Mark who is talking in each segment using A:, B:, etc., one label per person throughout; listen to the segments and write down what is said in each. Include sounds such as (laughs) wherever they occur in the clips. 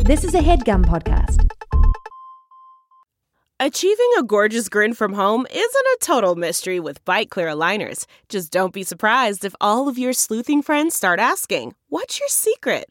A: This is a headgum podcast.
B: Achieving a gorgeous grin from home isn't a total mystery with bite clear aligners. Just don't be surprised if all of your sleuthing friends start asking, What's your secret?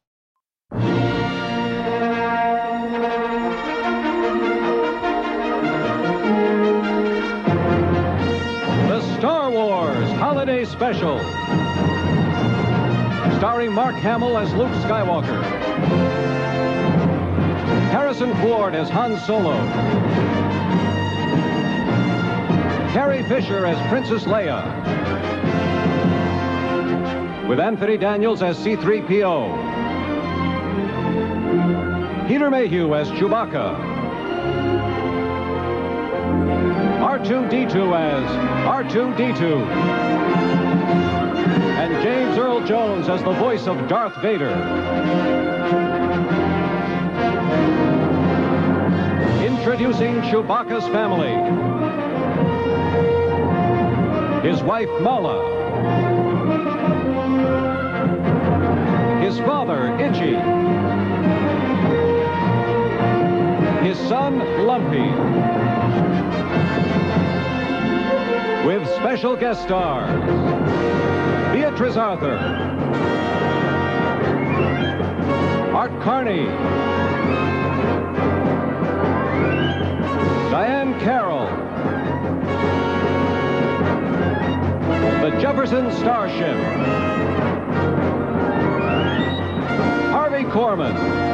C: The Star Wars Holiday Special. Starring Mark Hamill as Luke Skywalker. Harrison Ford as Han Solo. Carrie Fisher as Princess Leia. With Anthony Daniels as C3PO. Peter Mayhew as Chewbacca. R2D2 as R2D2. And James Earl Jones as the voice of Darth Vader. Introducing Chewbacca's family. His wife, Mala. His father, Itchy. His son, Lumpy. with special guest stars Beatrice Arthur, Art Carney, Diane Carroll, the Jefferson Starship, Harvey Korman.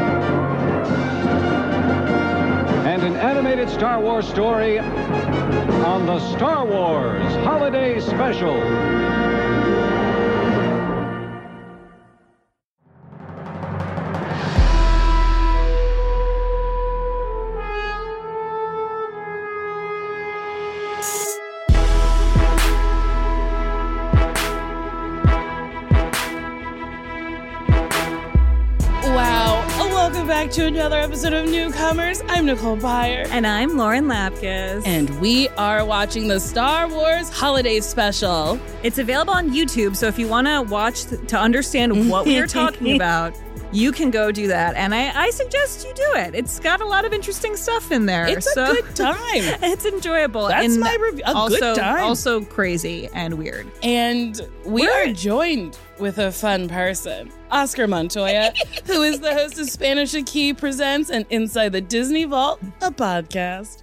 C: And an animated Star Wars story on the Star Wars Holiday Special.
B: Wow. Welcome back to another episode of Newcomers. I'm Nicole Byer.
D: And I'm Lauren Lapkus.
E: And we are watching the Star Wars Holiday Special.
D: it's available on YouTube. So if you want to watch th- to understand
E: (laughs)
D: what we are talking about, you can go do that. And I, I suggest you do it. It's got a lot of interesting stuff in there.
E: It's
D: so
E: a
B: (laughs)
E: good
D: (laughs)
E: time.
D: it's enjoyable.
E: That's
D: and
E: my review. A
D: also,
E: good time.
D: Also crazy and weird.
E: and we
D: We're-
E: are joined with a fun person,
B: (laughs)
E: Oscar Montoya, who is the host of Spanish a Key Presents and Inside the Disney Vault, a podcast.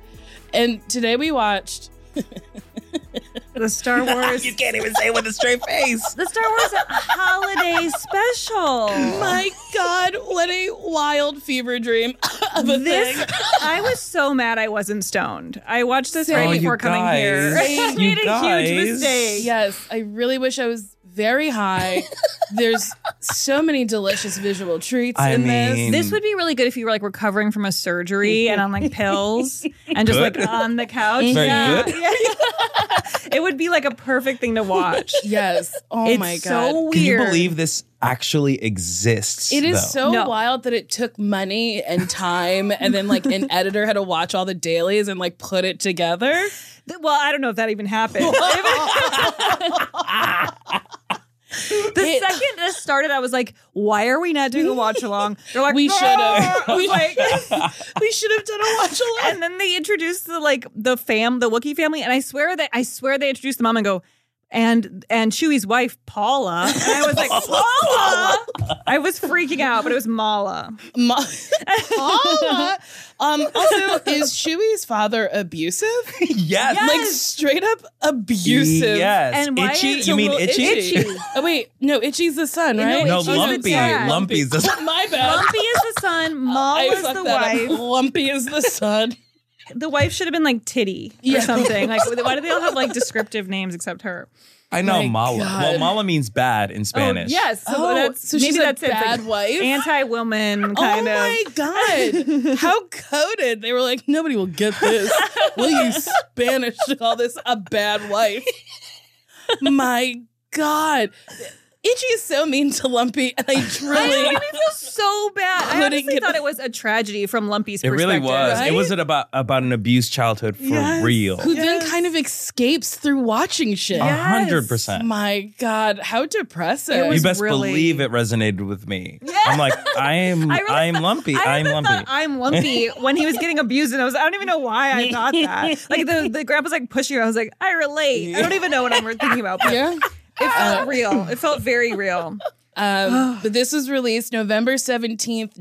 E: And today we watched (laughs)
D: The Star Wars. you can't even say it with a straight face. The Star Wars holiday special.
E: My God, what a wild fever dream of a
D: This,
E: thing.
D: I was so mad I wasn't stoned. I watched this
E: Same. Oh,
D: right
E: you
D: before coming here. (laughs) I
E: Same.
D: made a huge mistake.
E: Yes, I really wish I was very high. (laughs) There's so many delicious visual treats
F: I
E: in
F: mean-
E: this.
D: This would be really good if you were like recovering from a surgery and on like (laughs) pills and just
F: Good.
D: like on the couch.
F: Very good.
D: yeah. it would be like a perfect thing to watch.
E: Yes. Oh
D: it's
E: my god.
D: so weird.
F: Can you believe this actually exists?
E: it is
F: though?
E: so
D: No.
E: wild that it took money and time, and then like (laughs) an editor had to watch all the dailies and like put it together.
D: (laughs) Th- Well, I don't know if that even (laughs) happened. the
E: It-
D: second this started, I was like, "Why are we not doing a watch along?" They're like,
E: We
D: "No!"
E: (laughs) should've.
D: I was
E: We-
D: (laughs) like,
E: we should have done a watch along.
D: and then they introduced the like the fam, the Wookiee family, and I swear that I swear they introduced the mom and go, and and Chewie's wife Paula. And
E: (laughs)
D: I was like, Paula. I was freaking out, but it was Mala.
E: Ma- Paula. (laughs) Um, also, is Chewie's father abusive?
F: (laughs)
E: (laughs)
F: Yes.
E: Like straight up abusive.
F: Yes.
D: And why
F: itchy?
D: is
F: you
E: a
F: mean
E: little
F: itchy?
D: itchy?
E: Oh wait, no, Itchy's the son, right?
F: No,
D: Itchy's the
F: lumpy.
D: dad.
F: Lumpy's the
D: Oh
E: My bad.
D: Lumpy is the son. Mala
E: I
D: is
E: fucked
D: the
E: that up.
D: wife.
E: Lumpy is the son.
D: The wife should have been like Titty or
E: Yeah.
D: something. (laughs) Like, why do they all have like descriptive names except her?
F: (laughs) I know
E: My
F: mala.
E: God.
F: Well, mala means bad in Spanish.
D: Yes. So
E: Oh,
D: that's
E: so
D: maybe
E: she's a
D: that's it. It's
E: bad wife?
D: Anti-woman
E: Oh
D: (laughs) kind of. (laughs)
E: my god! How coded they were like nobody will get this. Will you Spanish call this a bad
D: (laughs)
E: wife? my god, Itchy is so mean to Lumpy, and
D: (laughs)
E: I
D: It
E: truly
D: made me feel so bad. I
E: Couldn't
D: honestly
E: get-
D: thought it was a tragedy from Lumpy's
F: It
D: perspective.
F: really was.
E: Right?
F: It was about about an abused childhood for
E: Yes.
F: real.
E: who then kind of escapes through watching shit.
F: A hundred
D: Yes.
F: percent.
E: My God, how depressing!
D: It
F: You
D: was
F: best
D: really-
F: believe it resonated with me. I'm like, I'm
D: (laughs) I really
F: I'm lumpy.
D: I
F: I'm
D: even
F: lumpy.
D: thought
F: (laughs)
D: I'm lumpy when he was getting abused, and I was I don't even know why I thought that. Like the the grandpa's like pushing her. I was like, I relate. I don't even know what I'm thinking about. But
E: yeah.
D: it felt real. It felt very real. (gasps)
E: Um, but this was released November 17th,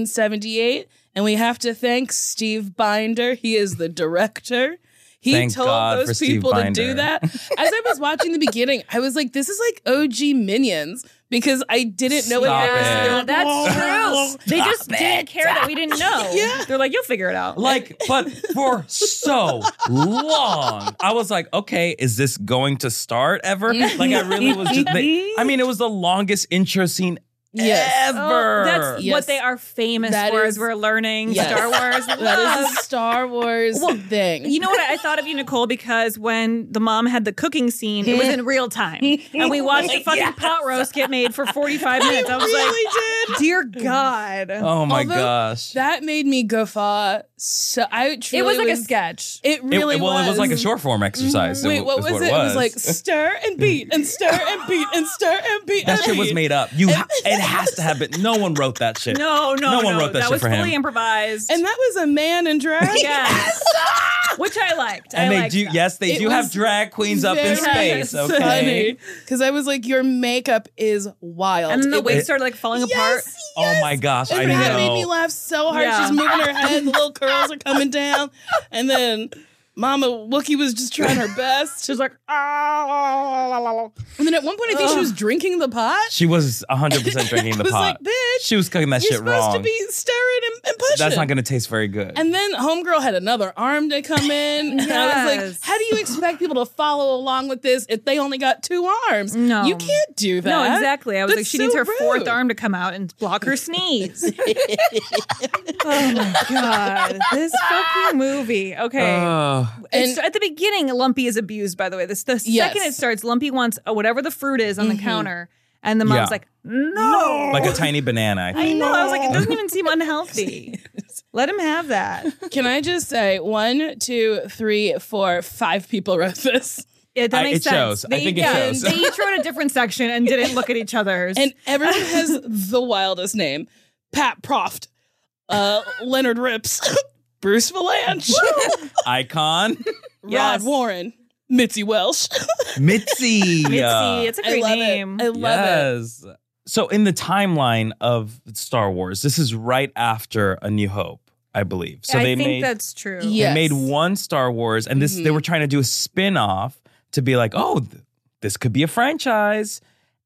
E: 1978. And we have to thank Steve Binder. He is the director. He
F: Thank
E: told
F: God for
E: those
F: Steve
E: people to
F: Binder.
E: do that. As I was watching the beginning, I was like, this is like OG Minions because I didn't know
F: Stop
E: it was
F: it.
E: still-
D: Yeah, that's true. They just didn't care that we didn't know. They're like, you'll figure it out.
F: like, but for so long, I was like, okay, is this going to start ever? Like, I really was just. They, I mean, it was the longest intro scene
E: Yes. e-
D: Oh,
F: ever.
D: that's
E: Yes.
D: what they are famous
E: That
D: for.
E: is-
D: As we're learning
E: Yes.
D: Star
E: (laughs)
D: Wars.
E: That
D: love.
E: is a Star Wars thing.
D: You know what? I thought of you, Nicole, because when the mom had the cooking scene, it was in real time. And we
E: (laughs)
D: watched a fucking pot roast get made for 45 minutes. I was like, dear God.
F: oh my
E: Although
F: gosh.
E: that made me guffaw. So I truly
D: it was like a sketch.
E: It
F: It-
E: really Mm-hmm.
F: well, it was like a short form exercise.
E: Wait,
F: wa-
E: what
F: is
E: was it? It was like stir and beat and stir and beat and stir and beat.
F: that
E: and
F: shit was
E: beat.
F: made up. You,
E: (laughs)
F: ha- it has to have been. No one wrote that shit.
D: No, no,
F: no one wrote that, shit
D: was
F: for him.
D: fully improvised.
E: And that was a man in drag.
D: yes. Which I liked.
F: and
D: I
F: they
D: liked
F: do.
D: that.
F: Yes, they
E: It
F: do have
E: was
F: drag queens up in space. Okay.
E: Because I was like, your makeup is wild.
D: And then the
E: It-
D: wigs started like falling
E: Yes,
D: apart.
F: Oh my gosh, I
E: And that made me
F: know.
E: laugh so hard.
D: Yeah.
E: She's moving her head, the little curls are coming down. And then Mama Wookie was just trying her best. She was like, "Ah." oh. And then at one point, I think she was drinking the pot.
F: She was 100%
E: (laughs)
F: drinking the
E: I was
F: pot.
E: like, bitch,
F: she was cooking that
E: You're
F: shit
E: supposed
F: wrong.
E: to be stirring and, and pushing.
F: That's not going to taste very good.
E: And then Homegirl had another arm to come in. And I was
D: Yes.
E: like, how do you expect people to follow along with this if they only got two arms?
D: No.
E: You can't do that.
D: No, exactly. I was
E: That's
D: like, she
E: so
D: needs her fourth
E: rude.
D: arm to come out and block
E: (laughs)
D: her sneeze. oh my god, this fucking movie. Okay,
E: Uh,
F: Oh,
D: It's- at the beginning, Lumpy is abused. By the way, this the
E: Yes. Mm-hmm.
D: second it starts, Lumpy wants uh, whatever the fruit is on the counter, and the mom's
F: Yeah.
D: like, "No,
E: (laughs)
F: like a
D: (laughs)
F: tiny banana. I
D: I
F: think.
D: know." I was like, "It doesn't even seem unhealthy.
E: (laughs)
D: Let him have that."
E: Can I just say one, two, three, four, five people wrote this.
D: Yeah, that
F: I-
D: makes
F: it
D: sense.
F: shows. I think it shows.
D: They each wrote a different section and didn't look at each other's.
E: And everyone has
D: (laughs)
E: the wildest name. Pat Proft, uh, Leonard Rips, (laughs) Bruce Valanche, (laughs)
F: Icon.
E: Rod Warren, Mitzi Welsh.
F: Mitzi.
D: Mitzi, it's a
E: I
D: great
E: love
D: name.
E: it. I love it.
F: yes. So, in the timeline of Star Wars, this is right after A New Hope, I believe. So,
D: I
F: they
D: think
F: made,
D: that's true.
E: Yeah.
F: they made
E: Yes.
F: one Star Wars, and this
D: Mm-hmm.
F: they were trying to do a spin off to be like, oh, th- this could be a franchise.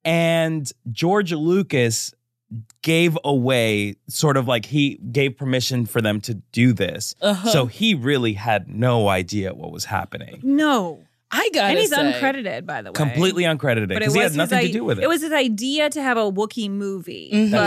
F: And George Lucas gave away, sort of like he gave permission for them to do this.
E: Uh-huh.
F: So he really had no idea what was happening.
D: No,
E: I got
D: and
E: it.
D: he's uncredited, by the way.
F: Completely uncredited
D: But
F: because
D: it
F: he
D: was
F: had nothing
D: his,
F: to do
D: i-
F: with it.
D: It was his idea to have a Wookiee movie.
E: Mhm.
D: but,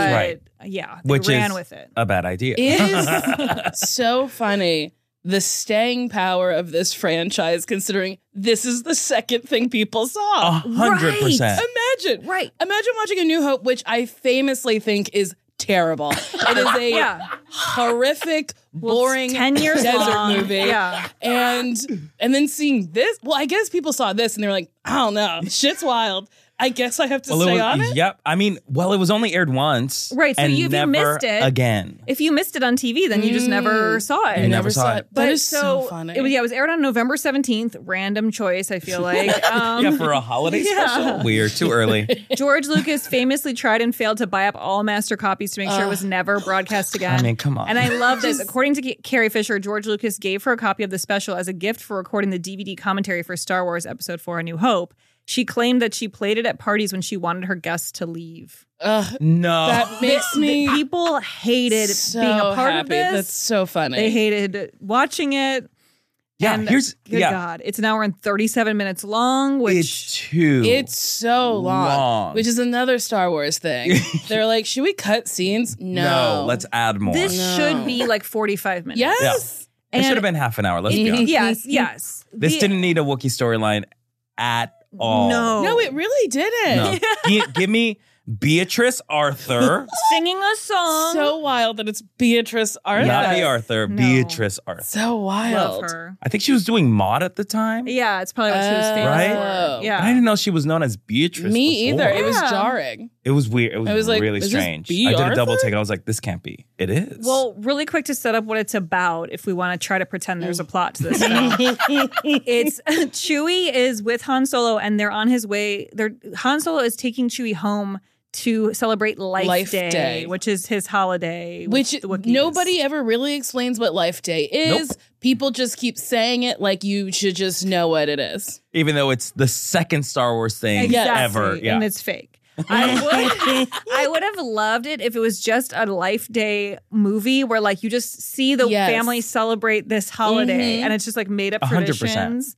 F: That's
D: Yeah, they
F: Which is-
D: ran
F: uh,
D: with it.
F: a bad idea. (laughs)
E: It is so funny the staying power of this franchise, considering this is the second thing people
F: A
E: saw.
F: hundred
D: Right.
F: percent.
E: Imagine,
D: Right.
E: Imagine watching A New Hope, which I famously think is terrible. It is a
D: (laughs) Yeah.
E: horrific,
D: Well, it's
E: boring,
D: ten years
E: desert
D: long.
E: movie.
D: Yeah.
E: and and then seeing this. Well, I guess people saw this and they were like, I don't know, shit's wild. I guess I have to
F: Well, it
E: stay
F: was-
E: on it.
F: Yep. I mean, well, it was only aired once.
D: Right, so
F: and
D: you- if you
F: never
D: missed it-
F: again.
D: If you missed it on TV, then you just never saw it.
F: You never saw it.
E: Mm. That is so, funny.
D: It was, yeah, it was aired on November 17th. Random choice,
E: (laughs)
D: I feel like. Um,
F: yeah, for a holiday special, we are too early.
D: George Lucas famously tried and failed to buy up all master copies to make sure it was never broadcast again.
F: I mean, come on.
D: And I
E: (laughs)
D: love this. According to G- Carrie Fisher, George Lucas gave her a copy of the special as a gift for recording the DVD commentary for Star Wars Episode 4 A New Hope. She claimed that she played it at parties when she wanted her guests to leave.
E: Ugh,
F: no.
E: that makes me
D: People hated
E: so
D: being a part
E: happy.
D: of this.
E: That's so funny.
D: they hated watching it.
F: yeah,
D: and
F: here's
D: good
F: yeah.
D: God. It's an hour and 37 minutes long, which
F: It's two.
E: It's so long,
F: Long.
E: which is another Star
F: (laughs)
E: Wars thing. They're like, should we cut scenes? No,
F: no. Let's add more.
D: this
E: No.
D: should be like 45 minutes.
E: Yes,
F: it
D: And-
F: should have been half an hour. Let's be honest.
D: Yes, yes.
F: This
D: The-
F: didn't need a Wookiee storyline at all.
D: No.
E: no, it really didn't.
F: No. Gi- give me Beatrice Arthur.
D: Singing a song.
E: So wild that it's Beatrice Arthur.
F: Not the Arthur,
D: No.
F: Beatrice Arthur.
E: So wild.
D: love her.
F: I think she was doing Maud at the time.
D: Yeah, it's probably what she was famous
F: Right?
D: for.
F: But Oh. I
D: Yeah.
F: didn't know she was known as Beatrice.
E: Me
F: before.
E: either. It was
D: Yeah.
E: jarring.
F: It was weird. It was,
E: I was like,
F: really
E: is this
F: strange.
E: B.
F: I did a double
E: Arthur?
F: take. I was like, this can't be. It is.
D: Well, really quick to set up what it's about, if we want to try to pretend there's a
E: Mm.
D: plot to
E: (laughs)
D: this. film. it's (laughs) Chewie is with Han Solo, and they're on his way. They're Han Solo is taking Chewie home to celebrate Life,
E: Life
D: Day,
E: Day.
D: which is his holiday. with
E: Which
D: the Wookiees.
E: nobody ever really explains what Life Day is. People just keep saying it like you should just know what it is.
F: even though it's the second Star Wars thing
D: Exactly.
F: ever. Yeah.
D: And it's fake.
E: (laughs)
D: I would, I would have loved it if it was just a Life Day movie where, like, you just see the
E: Yes.
D: family celebrate this holiday,
E: Mhm.
D: and it's just like made up
F: 100%.
D: traditions.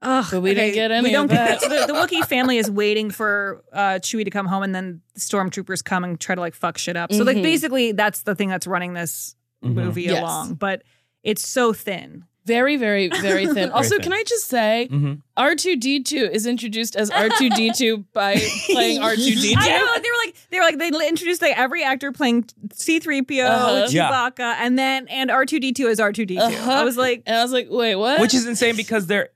D: Ugh,
E: But we didn't get any
D: We don't
E: of
D: get
E: that.
D: So the, the Wookiee family is waiting for uh, Chewie to come home, and then the stormtroopers come and try to like fuck shit up. So, like,
E: Mhm.
D: basically, that's the thing that's running this
F: Mhm.
D: movie
E: Yes.
D: along. But it's so thin.
E: Very, very, very
F: (laughs)
E: thin. also,
F: thin.
E: can I just say
F: Mhm.
E: R two D two is introduced as R two D
F: (laughs)
E: two by playing R two D
D: I
E: two.
D: know they were like they were like they li- introduced like every actor playing C three PO,
E: Uh-huh.
F: Yeah.
D: Chewbacca, and then and R two D two as R two D two.
E: Uh-huh.
D: I was like,
E: And I was like, wait, what?
F: Which is insane because there,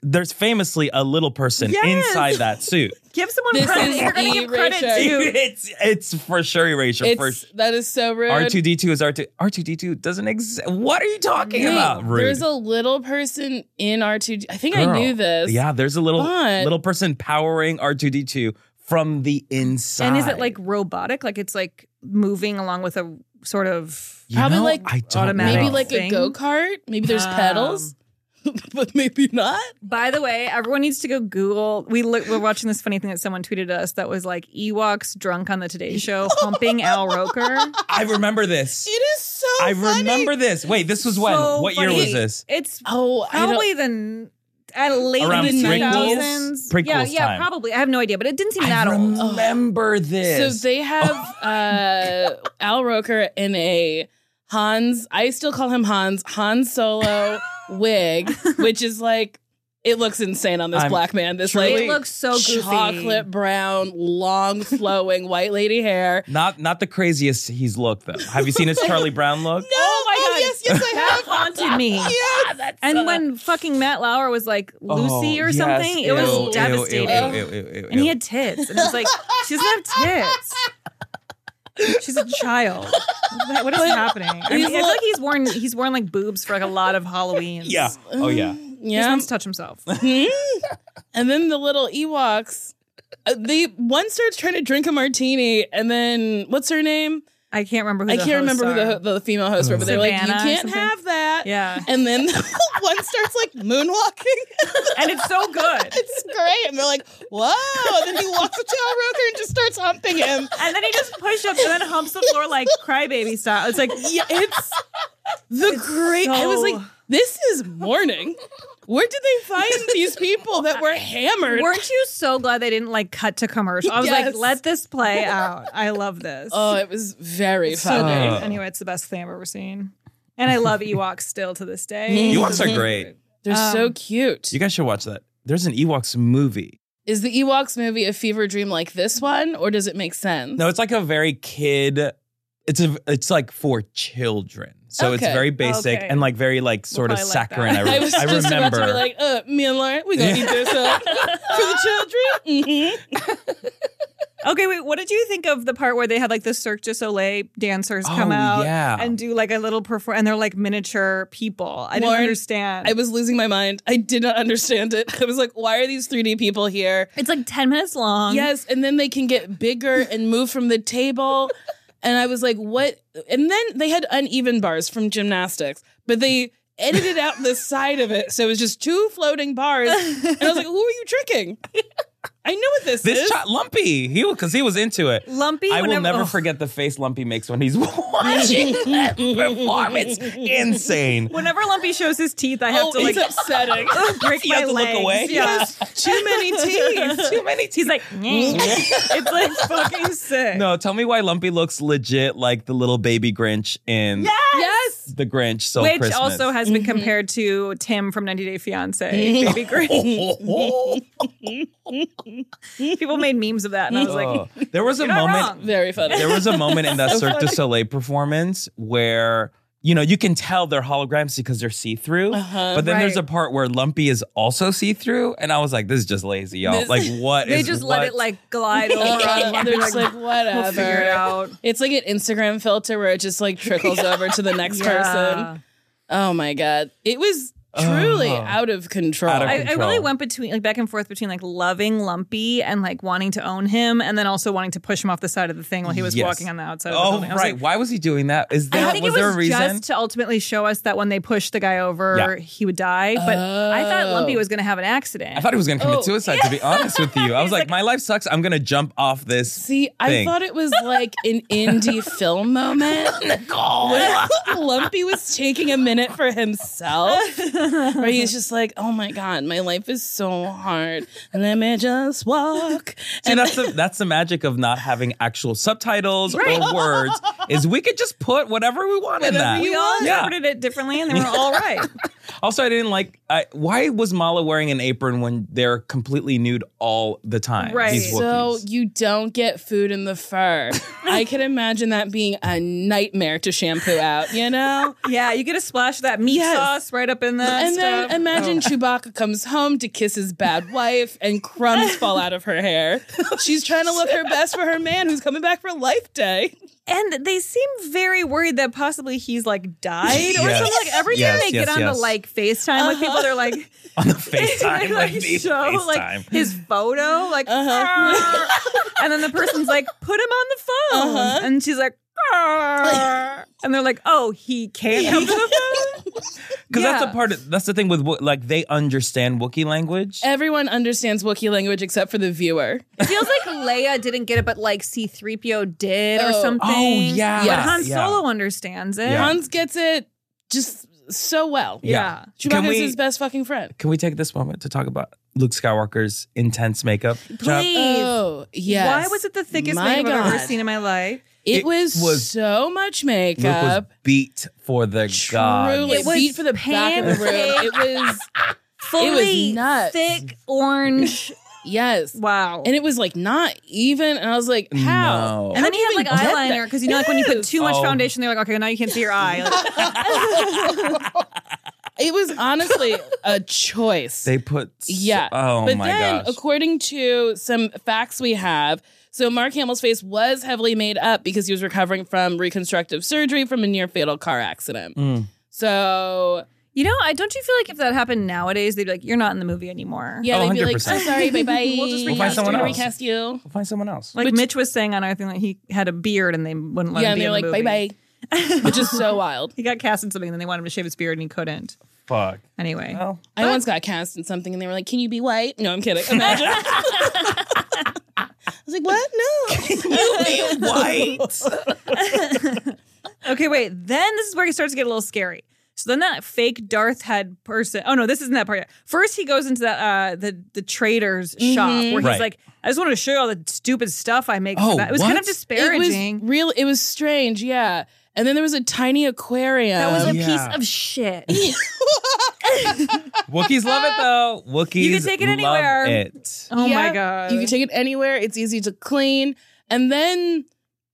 F: there's famously a little person
D: Yes.
F: inside that
E: (laughs)
F: suit.
D: give someone
E: This
D: credit.
E: is
D: You're gonna give credit
E: erasure.
D: to.
F: E (laughs) it's it's for sure erasure. for
E: it's that is so rude.
F: R two D two is R two R two D two doesn't exist. What are you talking
E: Wait,
F: about? Rude.
E: There's a little person in R two. I think
F: Girl.
E: I knew this.
F: Yeah, there's a little
E: But-
F: little person powering R two D two from the inside.
D: And is it like robotic? Like it's like moving along with a sort of
F: You
E: probably
F: know,
E: like
F: I don't
D: automatic
E: Maybe
F: know.
E: like
D: Thing?
E: a go kart. Maybe there's pedals, (laughs) but maybe not.
D: Um, By the way, everyone needs to go Google. We look, we're watching this funny thing that someone tweeted us that was like Ewoks drunk on the
F: (laughs)
D: Today Show humping Al Roker.
F: I remember
E: (laughs)
F: this.
E: It is so.
F: I
E: funny.
F: remember this. Wait, this was when?
D: So
F: what year
D: funny.
F: was this?
D: It's
E: Oh, I don't-
D: probably the at late
F: Around
D: two
F: prequels?
D: thousands.
F: Prequels
D: Yeah, yeah,
F: time.
D: probably. I have no idea, but it didn't seem that
F: I
D: old.
F: remember
E: So
F: this.
E: they have uh, Al Roker in a Hans. I still call him Hans. Han Solo wig, which is like it looks insane on this
F: I'm
E: black man. This
F: truly-
E: like
D: It looks so goofy.
E: chocolate brown, long flowing white lady hair.
F: not not the craziest he's looked though. Have you
D: (laughs)
F: seen his Charlie Brown look?
D: Oh my god!
E: yes, yes, I
D: that
E: have. (laughs)
D: haunted me.
E: Yeah, that's
D: And
E: uh,
D: when fucking Matt Lauer was like Lucy
F: Oh,
D: or
F: yes.
D: something, it
F: Ew,
D: was
F: ew,
D: devastating.
F: Ew, ew, ew, ew, ew,
D: And he had tits, and it was like she doesn't have tits. She's a child. What is happening? I, mean, I feel like he's worn he's worn like boobs for like a lot of Halloweens.
F: yeah. Oh yeah.
D: he just
E: yeah.
D: wants to touch himself.
E: And then the little Ewoks. Uh, the one starts trying to drink a martini, and then what's her name?
D: I can't remember. Who
E: I
D: the
E: can't
D: hosts
E: remember who the,
D: are.
E: ho- the female hosts were, but they're like, "You
D: Savannah or
E: can't
D: something?
E: have that."
D: Yeah.
E: And then (laughs) one starts like moonwalking. (laughs)
D: and it's so good.
E: it's great, and they're like, "Whoa!" And then he walks up to Al Roker and just starts humping him.
D: And then he just push ups and then humps the floor like crybaby style. It's like
E: Yeah, it's the great. I was
D: so-
E: like, "This is morning." Where did they find these people that were hammered?
D: Weren't you so glad they didn't like cut to commercial? I was like,
E: Yes.
D: let this play out. I love this.
E: oh, it was very
D: so
E: funny.
D: good. Anyway, it's the best thing I've ever seen. And I love Ewoks still to this day.
F: Ewoks are great.
E: They're so
D: Um,
E: cute.
F: You guys should watch that. There's an Ewoks movie.
E: Is the Ewoks movie a fever dream like this one, or does it make sense?
F: No, it's like a very kid. It's a. It's like for children. So it's
E: Okay.
F: very basic
D: Okay.
F: and like very like sort of
D: probably like that.
F: saccharine. I,
D: (laughs)
F: re-
E: I was
F: I
E: just
F: remember.
E: about to be like, uh, me and Lauren, we gonna eat this
F: (laughs)
E: up for
D: "Ah."
E: the children. Mhm.
D: Okay, wait. What did you think of the part where they had like the Cirque du Soleil dancers come
F: Oh,
D: out
F: yeah.
D: and do like a little perform, and they're like miniature people? I didn't
E: Lauren,
D: understand.
E: I was losing my mind. I did not understand it. I was like, why are these 3D people here?
D: it's like ten minutes long.
E: Yes, and then they can get bigger and move from the table. And I was like, what? And then they had uneven bars from gymnastics, but they edited out the side of it. So it was just two floating bars. And I was like, who are you tricking? I know what
F: (laughs)
E: this,
F: this
E: is.
F: shot Lumpy, he because he was into it.
D: Lumpy.
F: I will
D: whenever-
F: never
D: oh.
F: forget the face Lumpy makes when he's (laughs) watching
D: (laughs)
F: that performance. Insane.
D: Whenever Lumpy shows his teeth, I have
E: oh,
D: to like
E: it's upsetting.
D: (laughs) break
F: You
D: my
F: have to look
D: legs.
F: away?
D: Yeah.
E: Too many teeth.
F: Too many
D: (laughs) He's like, it's like fucking sick.
F: No, tell me why Lumpy looks legit like the little baby Grinch in
E: Yes.
F: the Grinch. So
D: Which
F: Christmas.
D: also (laughs) has been compared to Tim from 90 Day (laughs) Fiance, Baby Grinch. People made memes of that, and I was (laughs) like,
F: Oh. there was a
D: (laughs) "You're not
F: Oh. moment.
D: wrong."
E: Very
F: (laughs)
E: funny.
F: There was a moment
D: (laughs)
F: in that Cirque du Soleil performance where you know you can tell they're holograms because they're see through. but then there's a
D: Uh-huh. Right.
F: part where Lumpy is also see through, and I was like, "This is just lazy, y'all.
E: This-
F: like what?
D: (laughs) They
F: is
D: just let
F: what-
D: it like (laughs) glide over. on
E: Uh,
D: one,
E: they're
D: like,
E: just like, whatever.
D: we'll figure it out.
E: It's like an Instagram filter where it just like
D: (laughs)
E: trickles over to the next person.
D: Yeah.
E: Oh my god, it was truly
F: Oh.
E: out of control.
F: Out of
D: I, I really
F: Control.
D: went between like back and forth between like loving Lumpy and like wanting to own him, and then also wanting to push him off the side of the thing while he was
F: Yes.
D: walking on the outside. of the
F: Oh
D: building. I was
F: right,
D: like,
F: why was he doing that? Is there
D: I think
F: was,
D: it
F: there
D: was
F: a reason?
D: just to ultimately show us that when they pushed the guy over,
F: Yeah.
D: he would die. But I thought
E: Oh.
D: Lumpy was going to have an accident.
F: I thought he was gonna commit
E: Oh.
F: suicide. To be honest with you, I was like, "My life sucks. I'm gonna jump off this."
E: See, I
F: thing.
E: thought it was like an
F: (laughs)
E: indie film moment. (laughs) Lumpy was taking a minute for himself, where he's just like, "Oh my god, my life is so hard. Let me just walk."
F: See, that's the that's the magic of not having actual subtitles or words. Is we could just put whatever we want in that.
D: we all
F: Yeah.
D: interpreted it differently, and they were
F: (laughs)
D: all right.
F: Also, I didn't like. I, why was Mala wearing an apron when they're completely nude all the time?
D: Right.
F: These
E: So
F: Wookiees.
E: you don't get food in
F: (laughs)
E: the fur. I can imagine that being a nightmare to shampoo out, you know?
D: yeah, you get a splash of that meat
E: Yes.
D: sauce right up in the
E: And
D: stuff. Oh.
E: then imagine Chewbacca comes home to kiss his bad wife and
D: (laughs)
E: crumbs fall out of her hair. She's trying to look her best for her man who's coming back for life day.
D: and they seem very worried that possibly he's like died or
F: Yes.
D: something. Like every time
F: Yes,
D: they
F: yes,
D: get on
F: yes.
D: the like FaceTime with people,
E: (laughs)
D: they're like,
F: (laughs) on the
D: they, (laughs)
F: FaceTime,
D: like,
F: like, the
D: show
F: FaceTime.
D: like his photo, like, "Arr." and then the person's like, put him on the phone, and she's like. "Arr." And they're like, "Oh, he can't come to the phone."
F: because that's
D: yeah.
F: the part. Of, that's the thing with Wo- like they understand Wookiee language.
E: Everyone understands Wookiee language except for the viewer.
D: (laughs) It feels like Leia didn't get it, but like C-3PO did or
E: Oh.
D: something.
F: Oh, yeah.
D: but Han
F: Yeah.
D: Solo understands it.
F: Yeah.
E: Hans gets it just so well.
D: Yeah.
F: Can
E: Chewbacca's
F: we-
E: his best fucking friend.
F: Can we take this moment to talk about Luke Skywalker's intense makeup? job?
D: Please.
E: Oh, yes.
D: Why was it the thickest
E: My
D: makeup I've ever
E: God.
D: seen in my life?
E: It,
F: It
E: was,
F: was-
E: so much
F: Luke was
E: makeup.
F: beat for the
E: Truly,
F: gods.
D: It was
E: beat for the back of the room. It was
D: Fully
E: nuts.
D: thick (laughs) orange.
E: yes,
D: Wow.
E: and it was like not even. And I was like,
F: No.
E: how?
D: And then
E: How
D: he
E: do
D: had
E: you
D: like
E: even get that?
D: eyeliner because you know, like when you put
E: Yes.
D: too much
F: Oh.
D: foundation, they're like, okay, now you can't see your eye. Like,
E: It was honestly
D: (laughs)
E: a choice.
F: They put s-
E: yeah.
F: Oh
E: but
F: my
E: then,
F: gosh.
E: according to some facts we have, so Mark Hamill's face was heavily made up because he was recovering from reconstructive surgery from a near fatal car accident.
F: Mm.
E: So
D: (laughs) you know, I don't you feel like if that happened nowadays, they'd be like, you're not in the movie anymore.
E: yeah,
F: Oh,
E: they'd be like, oh,
F: 100%.
E: sorry, bye bye.
D: We'll just
F: recast someone you. else.
E: Recast you.
F: We'll find someone else.
D: Like Mitch was saying on our thing that he had a beard and they wouldn't let
E: yeah, and
D: him be
E: they're
D: in
E: like,
D: the
E: bye
D: movie.
E: bye,
D: (laughs)
E: which is so wild.
D: He got cast in something, and then they wanted him to shave his beard, and he couldn't.
F: Fuck.
D: Anyway,
F: Well,
E: I once got cast in something and they were like, Can you be white? No, I'm kidding. Imagine.
F: (laughs)
E: I was like, What? No.
F: white.
D: okay, wait. Then this is where he starts to get a little scary. So then that fake Darth head person. Oh no, this isn't that part yet. First he goes into that uh, the the trader's shop where he's
F: Right.
D: like, I just wanted to show you all the stupid stuff I make. for
F: Oh,
D: that. It was kind
F: what?
D: of
F: It was
E: it
D: disparaging.
E: was real it was strange, yeah. And then there was a tiny aquarium.
D: that was a
F: Um, Yeah.
D: piece of shit.
F: (laughs)
E: (laughs)
F: Wookiees love it though. Wookiees
D: You can take it
F: love
D: anywhere.
F: It.
D: Oh
E: Yeah,
D: my god.
E: You can take it anywhere, it's easy to clean. And then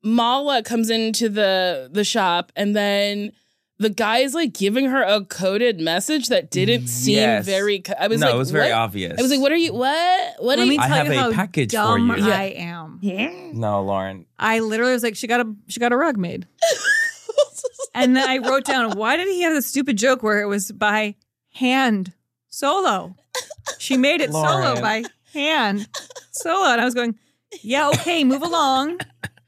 E: Mala comes into the the shop and then the guy is like giving her a coded message that didn't seem
F: Mm, Yes.
E: very. Co- I was
F: no,
E: like,
F: it was very
E: what?
F: obvious.
E: I was like, what are you? What? What
D: Let
E: are
D: me
E: you?
F: I
D: tell
F: have
D: you
F: a
D: how
F: package for
D: dumb
F: you.
D: I am.
F: No, Lauren.
D: I literally was like, she got a she got a
E: (laughs)
D: rug made, and then I wrote down why did he have this stupid joke where it was by hand solo. She made it
F: Lauren.
D: solo by hand solo, and I was going, yeah, okay, move along,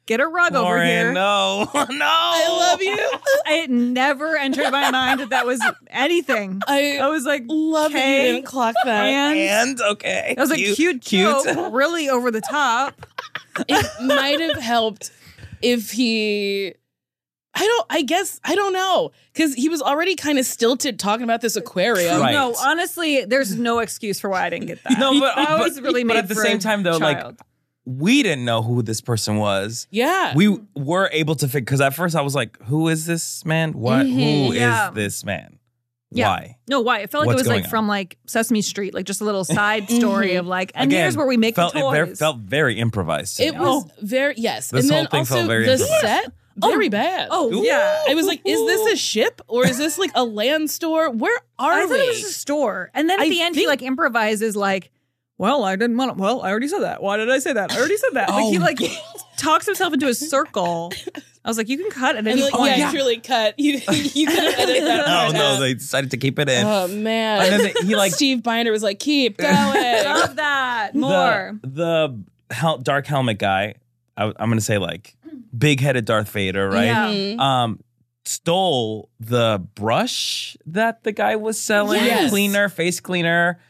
D: get a rug over
F: Lauren,
D: here.
F: no, (laughs) no.
E: I love you.
D: It never entered my mind that that was anything.
E: I
F: Oh,
D: I was like,
E: love that
D: okay,
E: you didn't clock that.
D: and,
F: And okay,
D: that was a
F: You-
D: cute, cute, joke, really over the top.
E: it might have helped if he I don't I guess I don't know cuz he was already kind of stilted talking about this aquarium.
F: Right.
D: No, honestly, there's no excuse for why I didn't get
F: (laughs)
D: that.
F: No, but-
D: that
F: but-
D: was really
F: but
D: made
F: at the
D: for
F: same
D: a
F: time, though, like,
D: child.
F: (laughs) we didn't know who this person was.
E: Yeah.
F: We were able to figure because at first I was like, "Who is this man? What? Who
E: Mhm.
F: is
D: Mm-hmm. Yeah.
F: this man?
D: Yeah.
F: Why?"
D: no, why? It felt like it
F: What's
D: was like
F: going on? Mm-hmm.
D: from like Sesame Street, like just a little side story of like, and
F: Again,
D: here's where we make
F: felt,
D: the
F: It ver-
D: toys.
F: felt very improvised. to
E: it
F: me.
E: was very yes.
F: This
E: and then
F: whole thing
E: also
F: felt very
E: the
F: improvised.
E: set very bad.
D: oh
F: Ooh.
D: yeah,
E: I was like is this
D: (laughs)
E: a ship or is this like a land store? Where are
D: I thought
E: we?
D: it was just a store, and then at
E: I
D: the end he
E: think-
D: like improvises like. Well, I didn't want to. Well, I already said that. Why did I say that? I already said that. Like
F: Oh,
D: he like talks himself into a circle. I was like, you can cut at
E: and
D: any
E: like,
D: point.
E: yeah,
D: (laughs)
E: it's really cut. You you could edit that.
F: Oh
E: part
F: no,
D: uh,
E: out.
F: they decided to keep it in.
E: Oh man.
F: and then the- he like
E: Steve Binder was
F: (laughs)
E: like, "Keep going."
D: Love that
F: the-
D: more.
F: the, hel- dark helmet guy. I, am gonna say like big headed Darth Vader, right?
D: Yeah.
E: Mhm.
F: um stole the brush that the guy was selling
E: Yes.
F: cleaner face cleaner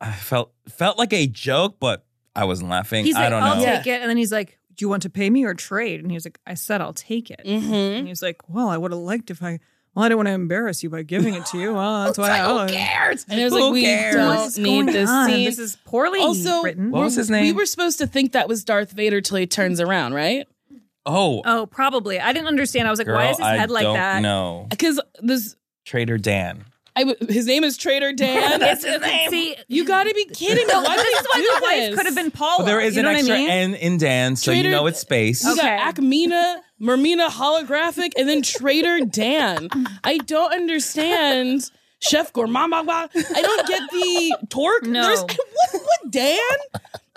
F: i felt felt like a joke but i wasn't laughing
D: He's
F: i
D: like,
F: don't
D: I'll
F: know
D: take it. And then he's like, Do you want to pay me or trade? And he was like, I said, I'll take it.
E: Mhm.
D: And he's like, Well, I would have liked if I, well, I don't want to embarrass you by giving it to you. (laughs) Well, that's why I. oh,
E: And it was
F: Who
E: like, we
F: cares?
D: What
E: don't
D: is
E: need
D: going
E: this
D: on?
E: scene.
D: This is poorly
E: also
D: written.
F: What was his
E: We
F: name?
E: were supposed to think that was Darth Vader till he turns around, right?
F: oh
D: Oh, probably. I didn't understand. I was like,
F: girl,
D: Why is his
F: I
D: head like
F: don't
D: that?
F: no
E: Because this,
F: trader dan
E: I w- his name is Trader
D: (laughs)
E: Dan.
D: (laughs) That's his name. See,
E: you got to be kidding me!
D: no,
E: Why
D: this
E: did
D: is why the
E: they do
D: wife
E: this?
D: could have been Paula.
F: but there is
D: Oh, you
F: an
D: know
F: extra
D: what I
F: n
D: mean?
F: in dan so
E: Trader-
F: you know it's space
E: You got
D: Okay.
E: Acmina, Mermina holographic, and then Trader Dan. I don't understand. Chef Gourmand, I don't get the torque.
D: No.
E: There's, what, what Dan?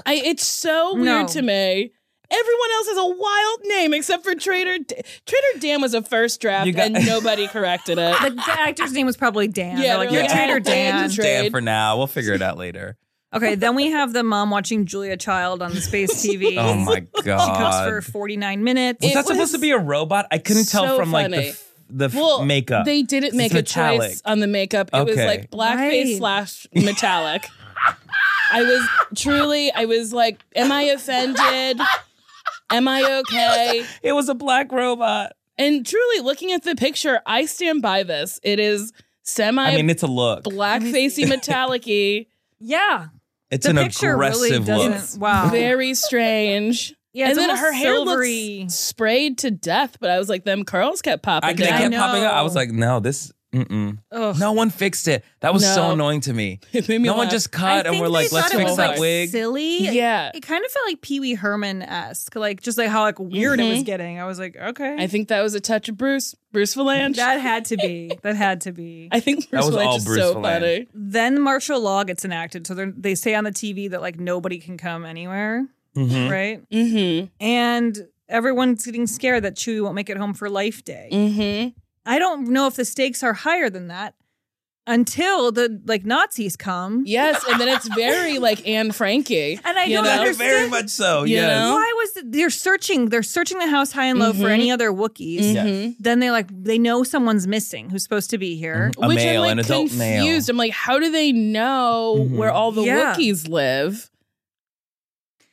E: I, it's so weird
D: No.
E: to me. Everyone else has a wild name except for Trader Da- Trader Dan was a first draft,
F: You got-
E: and nobody corrected it.
D: The, the actor's name was probably Dan.
E: Yeah,
D: They're like,
E: they're
D: You're
E: like,
D: Trader
E: "Dan,
D: Dan.
E: Trader
F: dan
E: Trade.
F: for now we'll figure it out later
D: Okay, then we have the mom watching Julia Child on
F: (laughs)
D: the space TV.
F: (laughs) oh
E: (laughs)
F: my
D: She cooks
F: god
D: for 49 minutes.
F: was
E: It
F: that supposed
E: was
F: to be a robot i couldn't tell
E: so
F: from like
E: funny.
F: the f- the f-
E: well,
F: makeup
E: They didn't make a
F: metallic.
E: choice on the makeup. It was
F: Okay.
E: like blackface
D: Right.
E: slash metallic. I was truly, I was like, am I offended? Am I okay?
F: it was a black robot
E: And truly, looking at the picture, I stand by this. It is semi
F: I mean, it's a look.
E: blackfacey metallic-y.
D: yeah.
F: It's
D: the
F: an
D: picture really
F: aggressive look.
D: doesn't- (laughs) wow.
E: Very strange.
D: Yeah,
E: and
D: it's
E: then
D: almost
E: her hair
D: silvery.
E: looks sprayed to death, but I was like, them curls kept popping.
F: I, they
E: down.
D: I
F: kept
D: know.
F: popping up. I was like, no, this. Mm-mm.
D: Ugh.
F: No one fixed it. That was so
E: No.
F: annoying to me.
E: (laughs) It made me
F: no one
E: laugh.
F: just cut,
D: I
F: and
D: think
F: we're
D: they
F: like,
D: thought
F: let's
D: it
F: fix
D: was,
F: that
D: like,
F: wig.
D: Silly.
E: Yeah.
D: It kind of felt like Pee Wee Herman esque, like just like how like weird it was getting. I was like, okay,
E: Mm-hmm. I think that was a touch of Bruce, Bruce Valanche.
D: that had to be.
E: (laughs)
D: That had to be.
E: I think Bruce
F: That was
E: Valanche
F: all
E: is
F: Bruce
E: so
F: Valanche.
E: funny.
D: then martial law gets enacted, so they're- they say on the TV that like nobody can come anywhere,
E: (laughs)
F: Mhm.
D: right?
E: Mm-hmm.
D: And everyone's getting scared that Chewie won't make it home for Life Day.
F: Mm.
E: Mm-hmm.
D: I don't know if the stakes are higher than that until the like Nazis come.
E: Yes, and then it's very like Anne Frankie.
D: (laughs) And I
E: You
D: don't
E: know?
F: No,
D: understand.
F: very much so.
E: You
F: yes.
E: know?
D: Why was it, they're searching? They're searching the house high and low for
E: Mhm.
D: any other Wookiees.
E: Mhm.
D: Then they like they know someone's missing who's supposed to be here.
F: A
E: Which
F: male,
E: I'm like
F: an adult
E: confused.
F: male.
E: I'm like, how do they know
F: Mhm.
E: where all the
D: Yeah.
E: Wookiees live?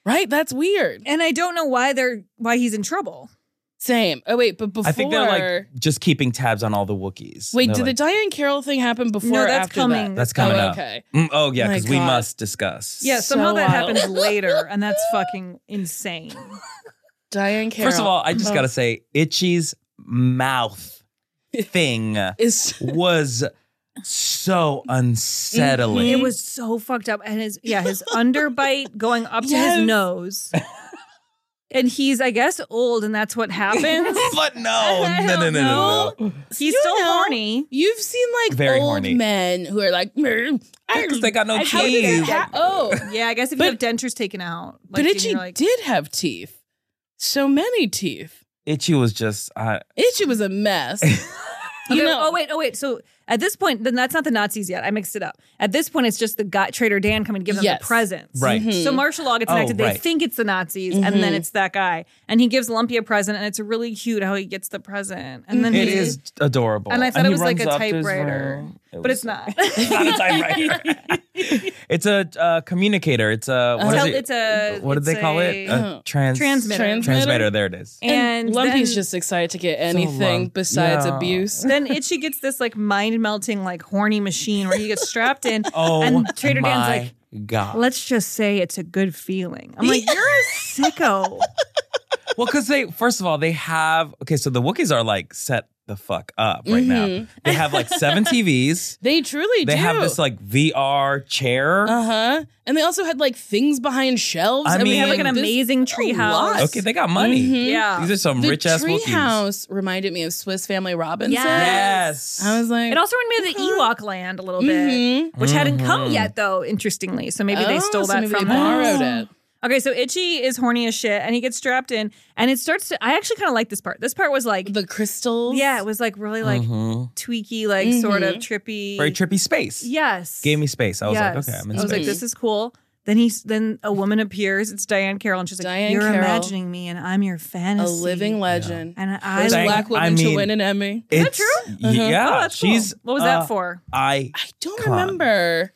E: Right, that's weird.
D: And I don't know why they're why he's in trouble.
E: Same. Oh wait, but before
F: I think they're like just keeping tabs on all the Wookiees.
E: wait,
F: They're
E: did the
F: like,
E: Diane Carroll thing happen before?
D: no,
E: or
D: that's
E: after
D: coming.
E: That?
F: That's coming
E: oh,
F: up.
E: okay.
F: Mm, oh yeah,
E: My
F: because we
E: God.
F: must discuss.
D: Yeah,
E: So
D: somehow that
E: wild.
D: happens
E: (laughs)
D: later, and that's fucking insane.
E: Diane Carroll.
F: First of all, I just gotta say, Itchy's
D: (laughs)
F: mouth thing
E: is
F: was so unsettling.
D: Mm-hmm. It was
E: (laughs)
D: so fucked up, and his yeah, his underbite going up to
E: Yes.
D: his nose. and he's, I guess, old, and that's what happens.
F: but no,
D: I
F: no, no, no,
D: don't
F: no, no.
D: he's
E: You
D: still
E: know,
D: horny.
E: (laughs) You've seen like
F: Very
E: old
F: horny.
E: men who are like, "Meh, I-
F: Because they got no
E: I don't think
F: teeth.
E: I ha- oh,
D: Yeah, I guess if you have dentures taken out, like,
E: but
D: then
E: Itchy
D: you're like,
E: did have teeth. So many teeth.
F: Itchy was just uh,
E: Itchy was
F: (laughs)
E: a mess.
D: You
E: You
D: know,
E: know-
D: oh wait, oh wait. So at this point, then that's not the Nazis yet. I mixed it up. At this point, it's just the guy, Trader Dan coming to give them
E: Yes.
D: the presents.
F: Right.
D: So martial law gets
F: Oh,
D: enacted. they
F: right. Mm-hmm.
D: think it's the Nazis, and then it's that guy, and he gives Lumpy a present, and it's really cute how he gets the present, and then
F: it
D: he,
F: is adorable.
D: Mm-hmm. And I thought it
F: he
D: was like
F: runs
D: a
F: up to his
D: typewriter,
F: room. It
D: but
F: was-
D: it's (laughs) not.
F: (laughs) It's not a typewriter.
D: (laughs)
F: it's a uh, communicator. It's a what is
D: Tel-
F: it?
D: it's a-
F: what did
D: it's
F: they call it? Uh,
D: a-
F: A trans
D: Transmitter.
E: Transmitter.
F: Transmitter. There it is.
D: and
E: Lumpy's
D: then-
E: just excited to get anything
F: lump-
E: besides
F: yeah.
E: abuse.
D: Then Itchy gets this like mind melting, like horny machine where he gets strapped in.
F: (laughs) Oh,
D: and Trader
F: my
D: Dan's like,
F: God.
D: let's just say it's a good feeling. I'm like, you're a sicko.
F: Well, because they first of all they have okay, so the Wookiees are like set the fuck up right
D: Mm-hmm.
F: now. They have like
D: (laughs)
F: seven TVs.
E: They truly
F: They
E: do.
F: have this like VR chair.
E: uh huh. And they also had like things behind
F: (laughs)
E: shelves.
F: I
E: and we
F: mean-
E: had,
D: like an
E: this-
D: amazing treehouse.
E: lot.
F: okay, they got money.
D: Yeah.
F: These are some
E: the
F: rich ass Wookiees.
E: treehouse reminded me of Swiss Family Robinson.
F: Yes.
E: I was like,
D: It also reminded me of
F: Uh-huh.
D: the Ewok land a little bit,
F: Mm-hmm.
D: which hadn't come yet, though, interestingly. So maybe they
E: oh,
D: stole
E: so
D: that
E: maybe
D: from
E: they borrowed
D: us.
E: it.
D: Okay, so Itchy is horny as shit and he gets strapped in and it starts to. I actually kind of like this part. This part was like,
E: The crystals.
D: yeah, it was like really like tweaky, like sort of trippy.
F: Mm-hmm. Very trippy space.
D: Yes.
F: Gave me space. I was
D: yes.
F: like, okay, I'm in
D: I was
F: space.
D: like, this is cool. Then he's then a woman appears. It's Diane Carroll, and she's like,
E: Diane
D: "You're
E: Carroll.
D: imagining me, and I'm your
E: a
D: fantasy,
E: living legend.
D: and I
E: First
F: Thank-
E: black woman
F: I mean-
E: to win an Emmy.
F: is
D: that true?
F: Yeah.
D: Oh, that's cool.
F: she's
D: What was that
F: uh,
D: for?
F: I
E: I don't
F: Con.
E: remember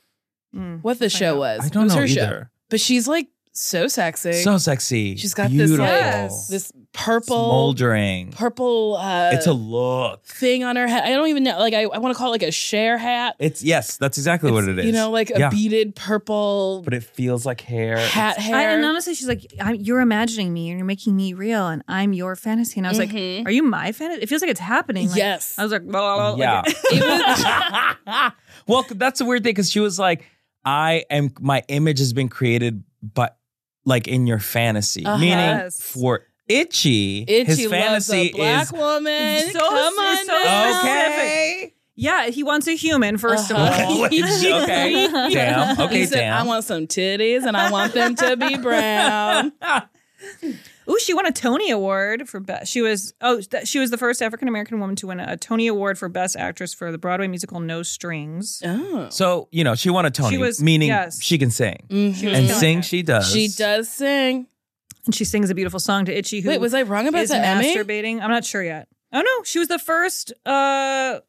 D: Mm,
E: what the show was.
F: I don't
E: it was
F: know
E: her
F: either.
E: show, but she's like so sexy.
F: so sexy.
E: she's got
F: Beautiful.
D: Yes.
E: this like this purple
F: smoldering.
E: purple uh,
F: it's a look.
E: thing on her head. I don't even know. Like I, I want to call it like a share hat.
F: It's yes, that's exactly what it is.
E: You know, like a
F: Yeah.
E: beaded purple
F: but it feels like hair.
E: hat hair.
D: I, and honestly, she's like, I'm, "You're imagining me, and you're making me real, and I'm your fantasy." And I was like, "Are you my fantasy?" It feels like it's happening.
E: Mm-hmm.
D: Like,
E: Yes.
D: I was like, blah, blah, blah,
F: yeah.
D: like-
F: (laughs) well, 'cause that's the weird thing because she was like, I am, my image has been created, but like in your fantasy,
E: Uh-huh.
F: meaning
D: Yes.
F: for Itchy,
E: Itchy
F: his fantasy
E: loves a black
F: is
E: woman.
D: So-
E: Come on,
D: so-
E: now.
F: okay.
D: (laughs)
F: (laughs)
D: yeah. He wants a human 1st
E: Uh-huh.
D: of all.
F: okay,
D: (laughs)
F: damn. Okay,
E: (laughs) he said,
F: damn.
E: "I want some titties, and I want them to
D: (laughs)
E: be brown."
D: Ooh, she won a Tony Award for best. She was oh, th- she was the first African American woman to win a, a Tony Award for Best Actress for the Broadway musical No Strings.
E: Oh,
F: so you know, she won a Tony,
D: She was-
F: meaning
D: yes.
F: she can sing
D: She was
F: and
D: killing
F: sing.
D: it.
F: She does.
E: Mm-hmm. she does sing.
D: and she sings a beautiful song to Itchy. Who
E: Wait, was I wrong about
D: is
E: the Emmy?
D: masturbating? I'm not sure yet. Oh no, she was the first, uh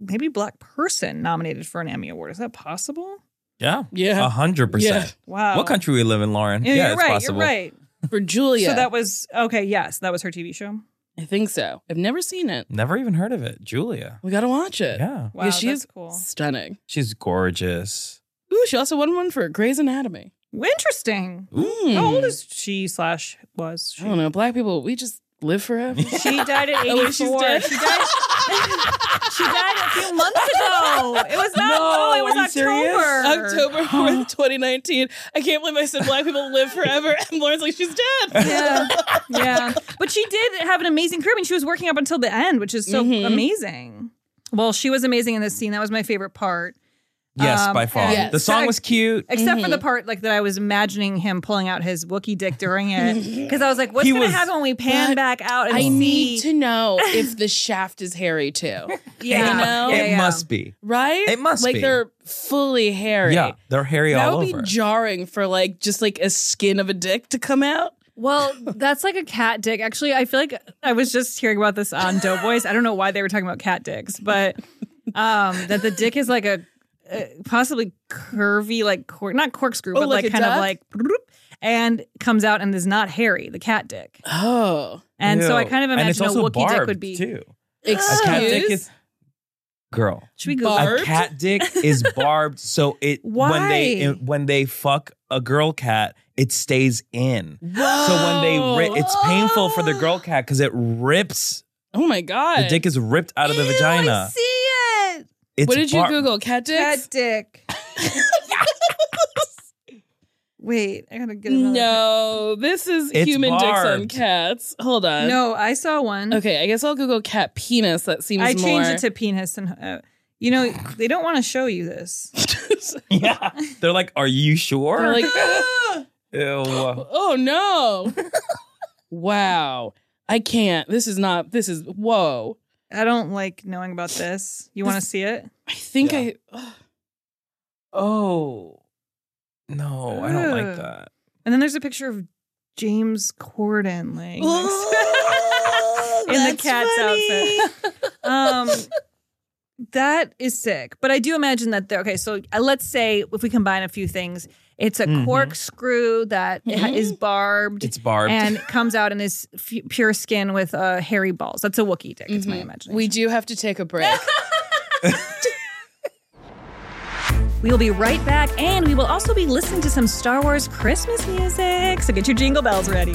D: maybe black person nominated for an Emmy Award. Is that possible?
F: Yeah,
E: Yeah.
F: a hundred percent.
D: Wow.
F: What country we live in, Lauren?
D: Yeah, you're
F: it's
D: right.
F: possible.
D: You're right.
E: for Julia.
D: So that was okay. Yes, that was her TV show.
E: I think so. I've never seen it.
F: Never even heard of it, Julia.
E: We gotta watch it.
F: Yeah,
D: Wow,
E: Because she
D: that's
E: is
D: cool.
E: stunning.
F: she's gorgeous.
E: Ooh, she also won one for Grey's Anatomy.
D: Interesting.
E: Mm.
D: How old is she? Slash was
E: I
D: she?
E: don't know. Black people, we just
F: (laughs)
E: live forever.
D: She died at 84.
E: Oh, she's dead?
D: She died. she died a few months ago. It was not. No, it was
F: are you serious?
D: October.
F: (gasps)
E: October 4th, 2019. I can't believe I said black people live forever. And Lauren's like,
F: (laughs)
E: she's dead.
D: Yeah, yeah. But she did have an amazing career. I mean, she was working up until the end, which is so amazing. Well, she was amazing in this scene. That was my favorite part,
F: Yes,
D: Um,
F: by far.
D: yes.
F: The song was cute.
D: except for the part like that I was imagining him pulling out his Wookiee dick during it, because I was like, "What's
F: He
D: going to
F: was-
D: happen when we pan
E: But
D: back out and
E: I
D: see?"
E: need to
D: (laughs)
E: know if the shaft is hairy too.
D: yeah,
E: you know?
D: yeah,
F: it
D: yeah.
F: must be.
E: Right?
F: It must
E: like
F: be.
E: Like they're fully hairy.
F: Yeah, they're hairy
E: That
F: all
E: would
F: over.
E: be jarring for like just like a skin of a dick to come out.
D: Well, that's like a cat dick. Actually, I feel like I was just hearing about this on Doughboys. I don't know why they were talking about cat dicks, but um, that the dick is like a uh, possibly curvy, like cork, not corkscrew, but
E: Oh, like
D: like,
E: a
D: kind of
E: duck?
D: like bloop, and comes out and is not hairy. The cat dick,
E: Oh.
D: and so I
F: Ew.
D: kind of
F: And it's
D: imagine a
F: also
D: Wookiee dick would
F: barbed,
D: be.
F: too.
E: Excuse?
F: A cat dick is girl.
D: Should we go?
E: Bar-
F: A
E: Barbed?
F: cat dick
D: (laughs)
F: is barbed, so it when they
D: Why?
F: when they fuck a girl cat, it stays in. So when they ri- it's painful for the girl cat because it rips.
E: Oh my god.
F: The dick is ripped out of the vagina.
D: see it.
F: It's
E: what did you
F: bar-
D: (laughs)
E: Google? Cat dicks?
D: Cat dick. Wait, I gotta get another.
E: No, this is
F: It's
E: human dicks on
F: barbed.
E: cats. Hold on.
D: no, I saw one.
E: Okay, I guess I'll Google cat penis. That seems more.
D: I changed
E: (laughs)
D: it to penis, and uh, you know they don't want to show you this.
F: (laughs) Yeah. They're like, are you sure?
E: They're
D: (laughs)
E: like,
F: Ew.
E: oh no. wow. I can't. This is not, this is, whoa.
D: I don't like knowing about this. You want to see it?
E: I think
F: Yeah.
E: I, (laughs)
F: Oh. No, I don't
D: Ugh.
F: like that.
D: And then there's a picture of James Corden laying next-
E: (laughs) Oh,
D: (laughs) in the
E: that's
D: cat's
E: funny.
D: outfit. Um, that is sick. But I do imagine that there. Okay, so uh, let's say if we combine a few things, it's a
F: Mhm.
D: corkscrew that ha- is barbed.
F: It's barbed.
D: and comes out in his f- pure skin with uh, hairy balls. That's a Wookiee dick. It's my imagination.
E: We do have to take a
D: (laughs)
E: break.
D: We will be right back, and we will also be listening to some Star Wars Christmas music. So get your jingle bells ready.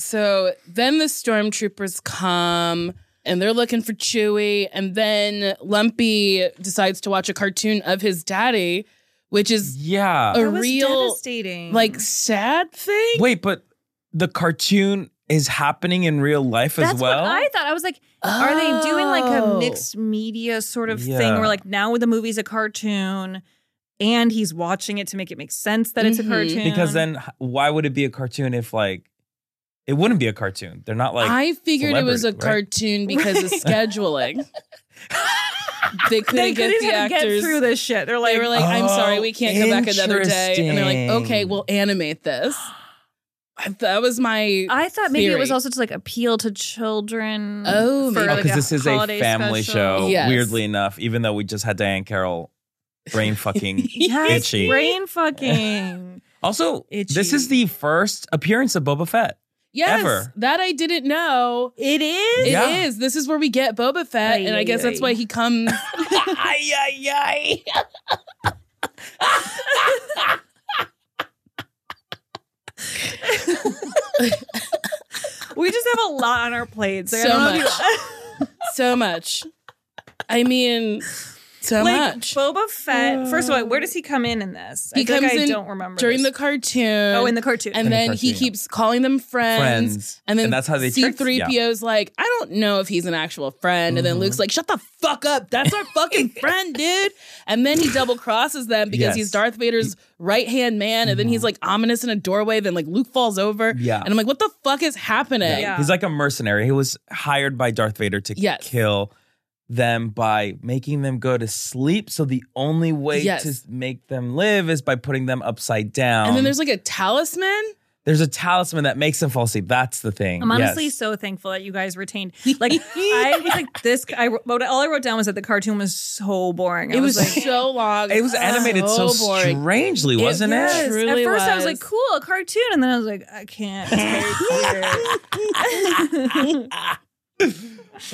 E: So then the stormtroopers come and they're looking for Chewie. And then Lumpy decides to watch a cartoon of his daddy, which is
F: Yeah.
E: a
D: That was
E: real,
D: devastating.
E: like, sad thing.
F: Wait, but the cartoon is happening in real life as
D: That's
F: well.
D: what I thought. I was like, are they doing like a
E: Oh.
D: mixed media sort of thing
F: Yeah.
D: where like now the movie's a cartoon and he's watching it to make it make sense that it's a
E: Mhm.
D: cartoon?
F: because then h- why would it be a cartoon if like it wouldn't be a cartoon? They're not like
E: I figured it was a
F: celebrity, right?
E: cartoon
F: (laughs)
E: because of scheduling. they couldn't,
D: they
E: get,
D: couldn't
E: the
D: even
E: actors.
D: get through this shit. They're like,
E: they were like, "I'm sorry, we can't go back another day." And they're like, "Okay,
F: Oh, interesting.
E: we'll animate
D: (gasps)
E: this." I- That was my.
D: I thought maybe it was
E: Theory.
D: also to like appeal to children.
E: Oh,
D: for,
E: maybe.
F: because
D: like, a
F: this is a
D: holiday
F: family
D: special.
F: show.
E: Yes.
F: Weirdly enough, even though we just had Diane Carroll,
D: (laughs)
F: brain fucking
D: Yes,
F: itchy.
D: brain fucking.
F: also, this
D: itchy.
F: is the first appearance of Boba Fett.
E: (laughs) yes,
F: ever.
E: that I didn't know.
D: It is.
E: It is.
F: Yeah.
E: This is where we get Boba Fett,
D: Ay,
E: and I
D: ay,
E: guess that's
D: ay.
E: why he
D: (laughs)
E: comes.
D: We just have a lot on our plates. Like, I
E: So
D: don't know if
E: much. so much. I mean, so
D: you- like
E: much.
D: Boba Fett. First of all, where does he come in in this?
E: He
D: I feel like
E: comes
D: I
E: in
D: don't remember
E: during the
D: this.
E: cartoon.
D: oh in the cartoon.
E: and
F: In the
E: then he
F: cartoon.
E: keeps calling them friends.
F: Friends.
E: And then
F: that's how they tricked-
E: C3PO's like, I don't know if he's an actual friend. And then
F: Mhm.
E: Luke's like, shut the fuck up. That's our
F: (laughs)
E: fucking friend, dude. And then he double crosses them because
F: Yes. Mm-hmm.
E: he's Darth Vader's right hand man. And then he's like ominous in a doorway. Then like Luke falls over.
F: Yeah.
E: And I'm like, what the fuck is happening?
D: Yeah.
F: He's like a mercenary. He was hired by Darth Vader to
E: Yes.
F: kill them by making them go to sleep. So the only way
E: Yes.
F: to make them live is by putting them upside down.
E: And then there's like a talisman.
F: there's a talisman that makes them fall asleep. That's the thing.
D: I'm honestly
F: Yes.
D: so thankful that you guys retained.
E: (laughs)
F: (laughs)
D: Like I was like this. I wrote all I wrote down was that the cartoon was so boring. I
E: (laughs) It was
D: like,
E: so long.
F: It was animated so,
D: Oh,
F: strangely, wasn't it?
D: Yes.
E: truly
D: At first, I was
E: was.
D: like, "Cool, a cartoon," and then I was like, "I can't."
E: (laughs)
D: It's very weird.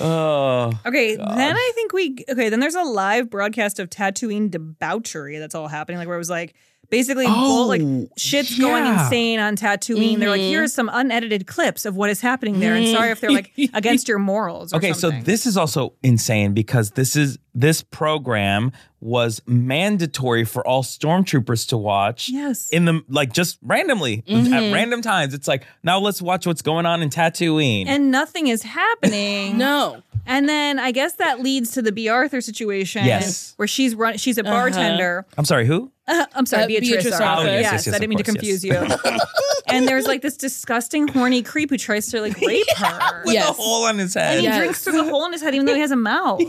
F: Oh.
D: okay,
F: God.
D: then I think we okay. Then there's a live broadcast of Tatooine debauchery that's all happening. Like where it was like basically bull-
F: Oh,
D: like shit's going
F: yeah. Mm-hmm.
D: insane on Tatooine. They're like,
E: Mhm.
D: "Here's some unedited clips of what is happening there," and sorry if
F: (laughs)
D: they're like against your morals. Or
F: Okay,
D: something.
F: so this is also insane because this is this program was mandatory for all stormtroopers to watch.
D: yes. Mm-hmm.
F: in the like just randomly at random times. It's like now let's watch what's going on in Tatooine.
D: and nothing is happening.
F: (laughs)
E: No.
D: And then I guess that leads to the B. Arthur situation.
F: Yes. Uh-huh.
D: Where she's run she's a bartender.
F: I'm sorry,
D: (laughs)
F: who?
D: I'm sorry,
E: Uh,
D: Beatrice.
E: Beatrice
D: Arthur.
E: Arthur. Oh,
D: yes,
E: yes,
F: yes, yes,
D: I didn't
F: of
D: mean to
F: course, (laughs)
D: confuse you. and there's like this disgusting, horny creep who tries to
E: (laughs)
D: like rape her.
F: With
E: Yes.
F: a hole on his
D: And
F: head.
D: he
E: Yes.
D: drinks through the hole in his head, even though he has
E: (laughs)
D: a mouth.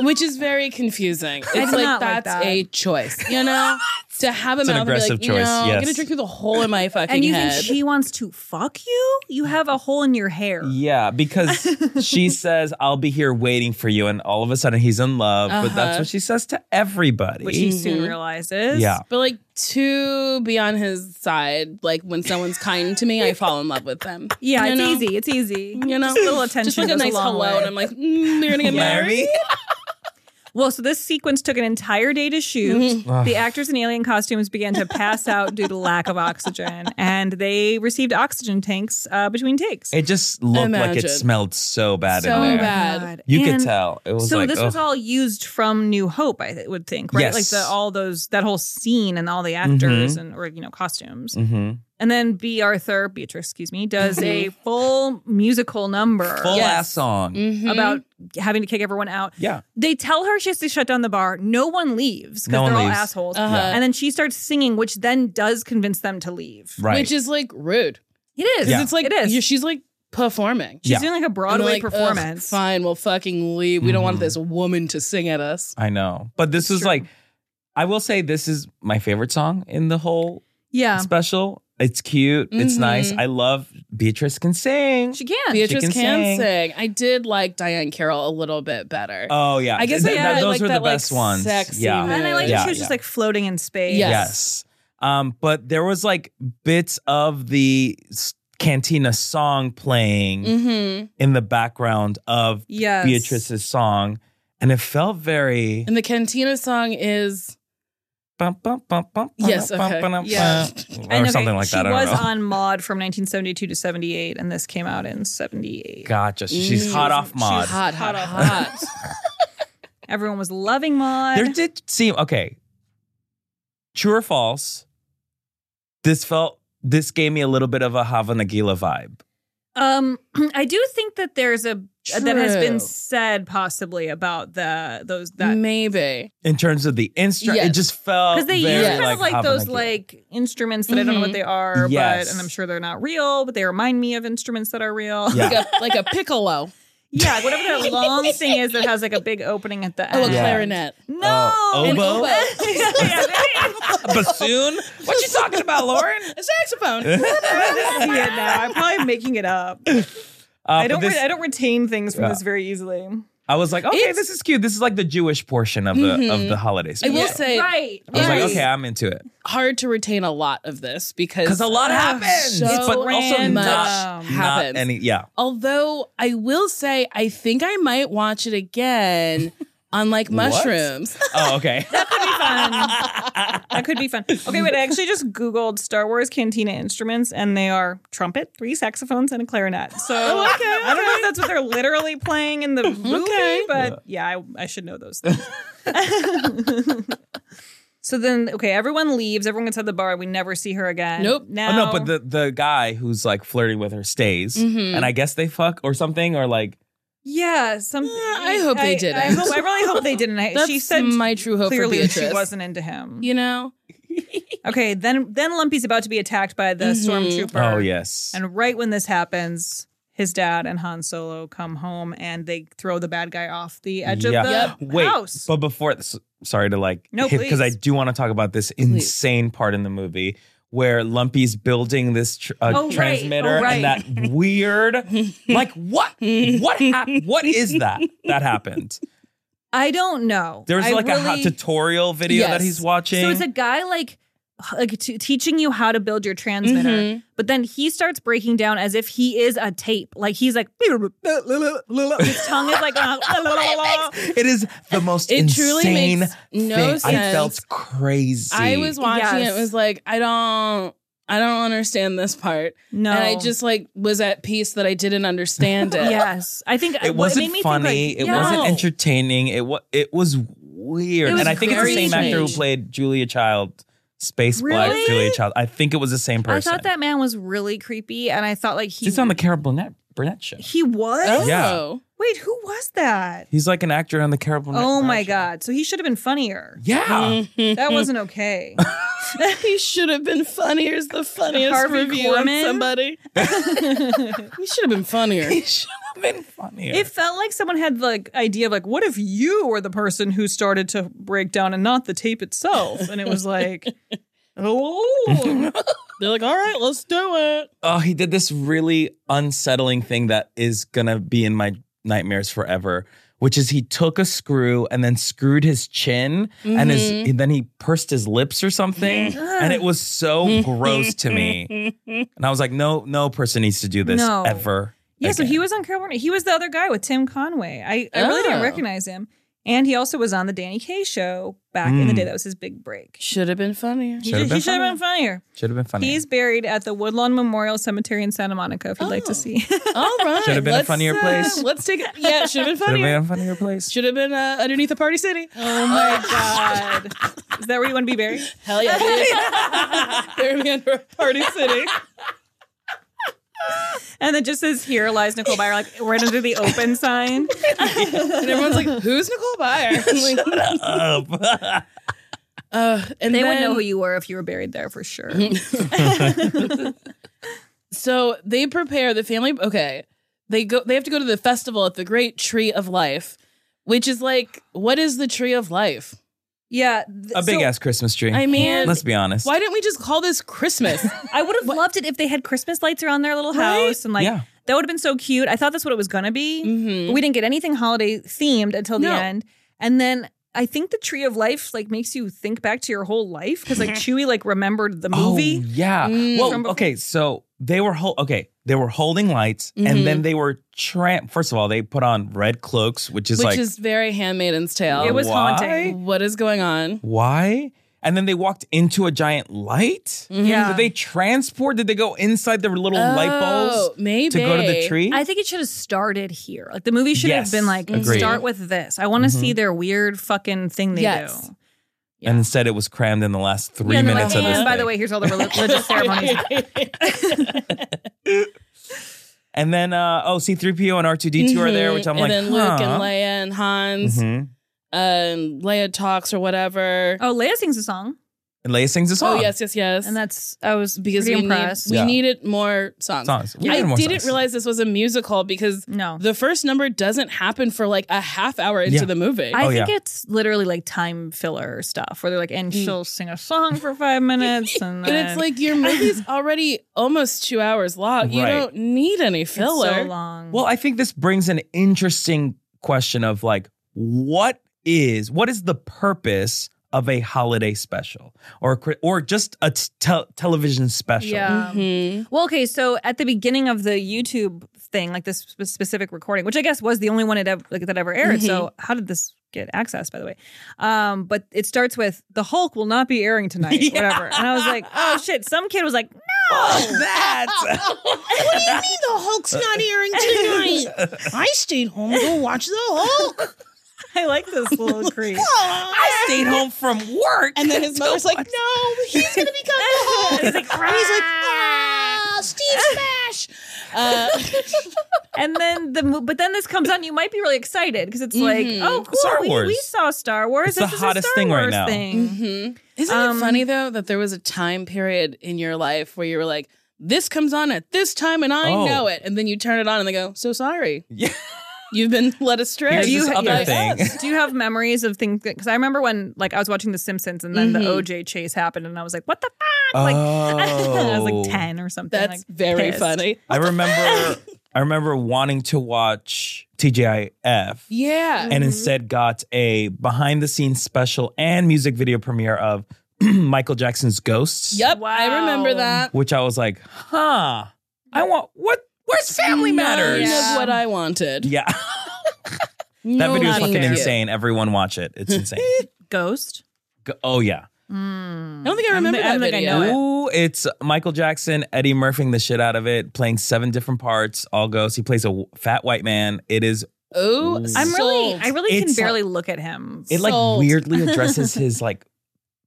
E: Which is very confusing. It's
D: do
E: like
D: not like
E: that's
D: that.
E: a choice, you
D: (laughs)
E: know? to have a
F: It's an
E: mouth and be like,
F: aggressive choice,
E: no, I'm
F: yes.
E: gonna drink through the hole in my fucking
D: and you
E: head.
D: think she wants to fuck you? You have a hole in your hair.
F: Yeah,
D: (laughs)
F: because she says, I'll be here waiting for you. And all of a sudden he's in love. But that's
E: Uh-huh.
F: what she says to everybody.
D: Which he
E: Mm-hmm.
D: soon realizes.
F: yeah.
E: But like to be on his side, like when someone's kind to me, I fall in love with them.
D: Yeah,
E: You
D: it's
E: know?
D: easy. It's easy.
E: You know,
D: just a little attention.
E: Just like a
D: goes
E: nice
D: long
E: hello,
D: way.
E: and I'm like, mm, you're gonna get married.
D: Well, so this sequence took an entire day to shoot.
E: Mm-hmm.
D: the actors in alien costumes began to pass out due to lack of oxygen, and they received oxygen tanks uh, between takes.
F: It just looked like
E: Imagine.
F: it smelled so bad
E: So
F: in there.
E: bad.
F: You
D: And
F: could tell. It was
D: So
F: like
D: this was
F: ugh.
D: all used from New Hope, I th- would think, right? Like
F: Yes. Mm-hmm.
D: the, all those that whole scene and all the actors and or you know costumes.
F: Mhm.
D: And then B. Arthur Beatrice, excuse me, does a full musical number
F: full
E: Mm-hmm. Yes.
F: ass song.
E: Mhm.
D: about having to kick everyone out.
F: Yeah.
D: They tell her she has to shut down the bar. No one leaves because
F: No one
D: they're all
F: leaves.
D: assholes.
E: Uh-huh.
D: And then she starts singing, which then does convince them to leave.
F: Right.
E: which is like rude.
D: It is.
E: 'Cause
F: Yeah.
E: It's like
D: it is.
E: you- she's like performing.
D: She's
F: Yeah.
D: doing like a
E: And
D: Broadway
E: they're like, "Ugh,
D: performance.
E: Fine, we'll fucking leave. We don't want
F: Mhm.
E: this woman to sing at us.
F: I know. But this was
D: true.
F: like I will say this is my favorite song in the whole
D: Yeah.
F: special. It's cute. It's nice.
E: Mhm.
F: I love Beatrice can sing.
D: She can.
E: Beatrice
F: can
E: can,
F: sing.
E: sing. I did like Diane Carroll a little bit better.
F: oh yeah,
E: I guess
F: Th-
E: I
F: th-
E: had,
F: those
E: like,
F: were the
E: that, like,
F: best ones.
E: sexy
F: yeah,
E: move.
D: and I like that
F: Yeah,
D: she was just
F: yeah.
D: like floating in space.
E: Yes.
F: yes. Um, but there was like bits of the s- cantina song playing
E: Mm-hmm.
F: in the background of
D: Yes.
F: Beatrice's song, and it felt very.
E: And the cantina song is
F: Bum, bum, bum, bum, bum,
E: Yes,
F: bum,
E: okay.
F: bum, bum,
E: Yeah.
F: bum, or
D: And, okay,
F: something like
D: she
F: that. I don't
D: was
F: know.
D: on Mod from 1972 to 78, and this came out in 78.
F: gotcha. She's
E: Mm.
F: hot off mod.
E: hot, hot,
D: Hot off
E: hot. (laughs)
D: Everyone was loving Mod.
F: There did seem okay. True or false? This felt. This gave me a little bit of a Hava Nagila vibe.
D: Um, (clears throat) I do think that there's a that has
E: True.
D: been said possibly about the those that
E: maybe
F: in terms of the instrument. It
D: Yes.
F: just felt
D: because they
F: very
D: use kind of like those
F: Habanaki.
D: like instruments that I don't know what they are,
F: Yes.
D: but and I'm sure they're not real, but they remind me of instruments that are real, (laughs)
F: Yeah. Like
E: like a piccolo.
D: Yeah, whatever that long thing is that has like a big opening at the
E: Oh,
D: end.
E: a clarinet.
D: No,
E: An
F: Uh, oboe?
D: (laughs) Yeah,
E: (laughs)
F: bassoon. What you talking about, Lauren? (laughs)
E: A saxophone.
D: (laughs) yeah, no, I'm probably making it up.
F: Uh,
D: I
F: but
D: don't.
F: this-
D: re- I don't retain things from
F: Yeah.
D: this very easily.
F: I was like, okay,
D: It's-
F: this is cute. This is like the Jewish portion of the of
E: Mhm.
F: the holiday.
E: I
F: special.
E: will say,
D: right?
F: I was like, okay, I'm into it.
E: hard to retain a lot of this because
F: 'Cause a lot happens,
E: so
F: but also
E: much
F: not-
E: happens.
F: Not any, yeah.
E: Although I will say, I think I might watch
F: (laughs)
E: it again. on like
F: What?
E: mushrooms.
F: Oh, okay. (laughs)
D: That could be fun. Okay, wait. I actually just googled Star Wars Cantina instruments, and they are trumpet, three saxophones, and a clarinet.
E: (laughs)
D: So I don't know if that's what they're literally playing in the movie, but yeah, I, I should know
F: (laughs)
D: those things. (laughs) so then, okay, everyone leaves. Everyone gets out of the bar. We never see her again.
E: Nope.
F: Oh,
D: Now,
F: no, but the the guy who's like flirting with her stays,
D: Mhm.
F: and I guess they fuck or something, or like
D: yeah, some.
E: Eh, I hope they didn't.
D: I, hope, I really hope
E: (laughs)
D: they didn't. I,
E: That's
D: she said
E: my true hope for
D: clearly that she
E: Beatrice.
D: wasn't into him.
E: You know,
D: Okay, then then Lumpy's about to be attacked by the
E: Mhm.
D: stormtrooper.
F: Oh, yes.
D: And right when this happens, his dad and Han Solo come home and they throw the bad guy off the edge of the
F: Wait,
D: house.
F: but before s- sorry to like
D: No,
F: because I
D: please.
F: do want to talk about this insane part in the movie where Lumpy's building this tr- uh,
D: Oh, right.
F: transmitter
D: Oh,
F: and
D: right. (laughs)
F: that weird like what what hap- what is that that happened?
D: I don't know.
F: There was
D: I
F: like a hot
D: really-
F: tutorial video that
D: Yes.
F: he's watching.
D: So it's a guy like like t- teaching you how to build your transmitter,
E: Mhm.
D: but then he starts breaking down as if he is a tape. Like he's like (laughs) his (laughs) tongue
E: (laughs)
D: is like
F: (laughs)
D: (laughs)
F: it is the most
E: It truly
F: insane
E: makes no
F: thing. I
E: sense.
F: felt crazy.
E: I was watching
D: Yes.
E: it. Was like, I don't, I don't understand this part.
D: no.
E: And I just like was at peace that I didn't understand (laughs) it.
D: yes, I think
F: it
D: what made
F: wasn't
D: me think,
F: funny.
D: like,
F: it
D: yeah.
F: wasn't
E: No.
F: entertaining. It was it was weird.
D: It was
F: and I think it's the
D: very
F: same actor who
D: strange.
F: played Julia Child, Space Black
D: Really?
F: Julia Child. I think it was the same person.
D: I thought that man was really creepy, and I thought like he
F: He's on the Carol Burnett, Burnett show.
D: he was.
E: Oh.
F: Yeah.
D: Wait, who was that?
F: He's like an actor on the Carol Burnett.
D: Oh my
F: Burnett
D: god! Mm. So he should have been funnier.
F: show. Yeah.
E: (laughs)
D: That wasn't okay.
E: he should have been funnier. Is the funniest
D: Harvey
E: review on (laughs)
D: Korman?
E: somebody. he should have been funnier.
F: I've been funny.
D: It felt like someone had like idea of like, what if you were the person who started to break down and not the tape itself? And it
E: (laughs)
D: was like, oh,
E: They're like, all right, let's do it.
F: oh, he did this really unsettling thing that is gonna be in my nightmares forever. Which is he took a screw and then screwed his chin and his
E: Mhm.
F: and then he pursed his lips or something and it was so gross to me.
E: (laughs)
F: And I was like, no, no person needs to do this
D: No.
F: ever.
D: yeah. So he
F: again.
D: was on Carol Burnett. He was the other guy with Tim Conway. I, I really didn't
E: Oh.
D: recognize him, and he also was on the Danny Kaye show back in the
F: Mm.
D: day. That was his big break.
E: Should have been funnier.
D: He
F: Should've
D: should
F: been
D: have been, funnier.
F: should have been funny.
D: He's buried at the Woodlawn Memorial Cemetery in Santa Monica. If you'd like
E: Oh.
D: to see,
E: (laughs)
D: (laughs)
E: All right.
F: Should have been a
E: let's,
F: funnier
E: uh,
F: place.
E: (laughs) Let's take it. Yeah, it should have been
F: should have been
E: funnier.
F: a funnier place.
E: Should have been uh, underneath the party city. (laughs)
D: oh my god, is that where you want to be buried?
E: Hell yeah. dude. (laughs) They're in party city.
D: And then just says, "Here lies Nicole Byer," like right under the open sign.
E: And everyone's like, who's Nicole Byer? (laughs) I'm like,
F: Up.
E: uh, and
D: They
E: then,
D: would know who you were if you were buried there for
F: (laughs)
D: sure.
E: So they prepare the family. Okay, they go. They have to go to the festival at the Great Tree of Life, which is like, what is the Tree of Life?
D: yeah, th-
F: (laughs) a big
D: so
F: ass Christmas tree.
E: I mean,
F: Let's be honest.
E: why didn't we just call
F: (laughs)
E: this Christmas?
D: I would have loved it if they had Christmas lights around their little
E: Right?
D: house and like
F: Yeah.
D: that would have been so cute. I thought that's what it was gonna be.
E: Mhm.
D: But We didn't get anything holiday themed until the
E: No.
D: end, and then. I think the tree of life like makes you think back to your whole life because (laughs) like Chewie like remembered the
F: Oh,
D: movie.
F: yeah.
E: Mm.
D: From
F: Well,
D: before-
F: okay. So they were hol- okay. They were holding lights,
E: Mhm.
F: and then they were tramp. First of all, they put on red cloaks, which is
E: Which
F: like
E: is very Handmaiden's Tale.
D: It was
F: why?
D: haunting.
E: What is going on?
F: Why? And then they walked into a giant light.
D: Yeah.
F: Did they transport? Did they go inside their little light
E: Oh,
F: bulbs
E: maybe
F: to go to the tree?
D: I think it should have started here. Like the movie should
F: Yes,
D: have been like
F: agreed. Mm-hmm.
D: start with this. I want to see their weird fucking thing they
E: Yes.
D: do.
F: And instead, it was crammed in the last three
D: Yeah, and they're
F: minutes
D: like,
F: of this.
D: and by (laughs)
F: thing.
E: (laughs)
D: the way, here's all the religious ceremonies.
F: (laughs) And then uh, oh, C3PO and R2D2 are there, which I'm
E: Mm-hmm. and
F: like,
E: then
F: huh.
E: Luke and Leia and Hans.
F: Mhm.
E: Um, Leia talks or whatever.
D: Oh, Leia sings a song.
F: And Leia sings a song.
E: Oh yes, yes, yes.
D: And that's I was
E: because we,
D: pretty
E: need-
D: impressed.
E: we
F: Yeah.
E: needed more songs.
F: Songs. We
E: I
F: needed more
E: didn't
F: songs.
E: realize this was a musical because
D: no.
E: the first number doesn't happen for like a half hour into
F: Yeah.
E: the movie.
D: I
F: Oh,
D: think
F: yeah.
D: it's literally like time filler stuff where they're like, and
E: Mm.
D: she'll sing a song for five minutes, and,
E: (laughs) and
D: then
E: it's like your
D: (laughs)
E: movie's already almost two hours long. You
F: Right.
E: don't need any
D: it's so
E: filler.
D: long.
F: Well, I think this brings an interesting question of like, what is what is the purpose of a holiday special or cri- or just a t- tel- television special?
D: yeah.
E: Mhm.
D: Mm-hmm. Well, okay, so at the beginning of the YouTube thing, like this sp- specific recording, which I guess was the only one it ever, like, that ever aired.
E: Mm-hmm.
D: So how did this get access, by the way? Um, but it starts with the Hulk will not be airing
E: (laughs)
D: tonight,
F: Yeah.
D: whatever. And I was like, oh shit! Some kid was like,
F: Oh, that.
E: (laughs) what do you mean the Hulk's
F: Uh,
E: not airing tonight?
F: (laughs)
E: I stayed home to watch the
D: (laughs)
E: Hulk.
D: I like
E: (laughs)
D: this little creep.
F: I stayed home from work. (laughs)
E: And then his mother's like, no, he's going to become the
D: (laughs)
E: Hulk.
D: He's like,
E: and he's like, ah,
D: (laughs)
E: Steve Smash. Uh,
D: and then the mo- but then this comes on. You might be really excited because it's like,
E: Mhm.
D: oh, cool,
F: Star
D: we- We,
F: Wars.
D: saw Star Wars.
F: It's the
D: this is
F: hottest
D: a Star
F: thing right
D: Wars
F: now.
D: Thing.
E: Mm-hmm. Isn't
D: Um,
E: it funny, though, that there was a time period in your life where you were like, this comes on at this time and I
F: Oh.
E: know it. And then you turn it on and they go, so sorry.
F: Yeah.
E: You've been (laughs) led astray.
F: Here's
D: you
F: this
D: ha-
F: other
D: yes.
F: thing.
D: Do you have memories of things? Because I remember when, like, I was watching The Simpsons, and
E: Mhm.
D: then the OJ chase happened, and I was like, "What the fuck?" (laughs)
F: Oh.
D: Like, I was like ten or something.
E: That's
D: like,
E: very
D: pissed.
E: funny.
F: I remember I remember wanting to watch TGIF.
E: Yeah.
F: and instead got a behind the scenes special and music video premiere of (clears throat) Michael Jackson's Ghosts.
E: Yep. I remember
D: Wow.
E: that.
F: Which I was like, huh, I want what? Where's Family Matters?
E: None
D: Yeah.
E: of what I wanted.
F: Yeah. (laughs) that
E: No
F: video is
D: not
F: fucking
D: fair.
E: thank you.
F: insane. Everyone watch it.
E: (laughs)
F: It's insane.
D: Ghost.
F: Go- oh, yeah.
D: Mm.
E: I don't think I remember
D: I don't
E: that
D: think
E: video.
D: I know
F: Ooh,
D: it.
F: it's Michael Jackson, Eddie Murphing the shit out of it, playing seven different parts, all ghosts. He plays a w- fat white man. It is,
E: Oh,
D: I'm really, I really can
F: It's like-
D: barely look at him.
F: it like
E: Sold.
F: weirdly addresses his like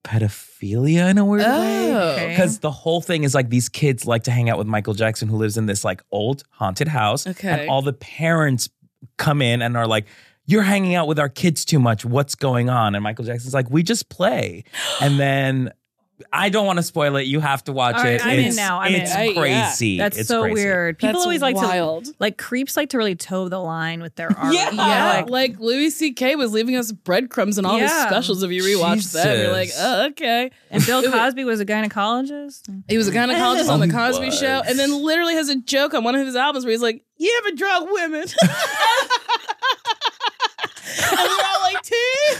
F: pedophilia in a
E: (laughs)
F: weird way.
D: Okay.
F: Because the whole thing is like these kids like to hang out with Michael Jackson, who lives in this like old haunted house.
E: Okay.
F: And all the parents come in and are like, You're hanging out with our kids too much. What's going on? And Michael Jackson's like, We just
D: (gasps)
F: play. And then I don't want to spoil it. You have to watch
D: All right,
F: it.
D: I'm in
F: it's
D: now. I'm in.
F: it's
E: I- yeah.
F: crazy.
D: That's
F: It's
D: so
F: crazy.
D: weird. People
E: That's
D: always like
E: wild.
D: to like creeps like to really toe the line with
E: (laughs)
D: their art.
E: Yeah, like, Louis C.K. was leaving us breadcrumbs in all his
D: Yeah.
E: specials. If you rewatch them, you're like,
F: Jesus.
E: oh, okay. (laughs)
D: and Bill Cosby was a gynecologist.
E: He was a gynecologist on the
F: he
E: Cosby
F: was.
E: Show, and then literally has a joke on one of his albums where he's like, "You ever drug women?" (laughs) and we're all like, "Tee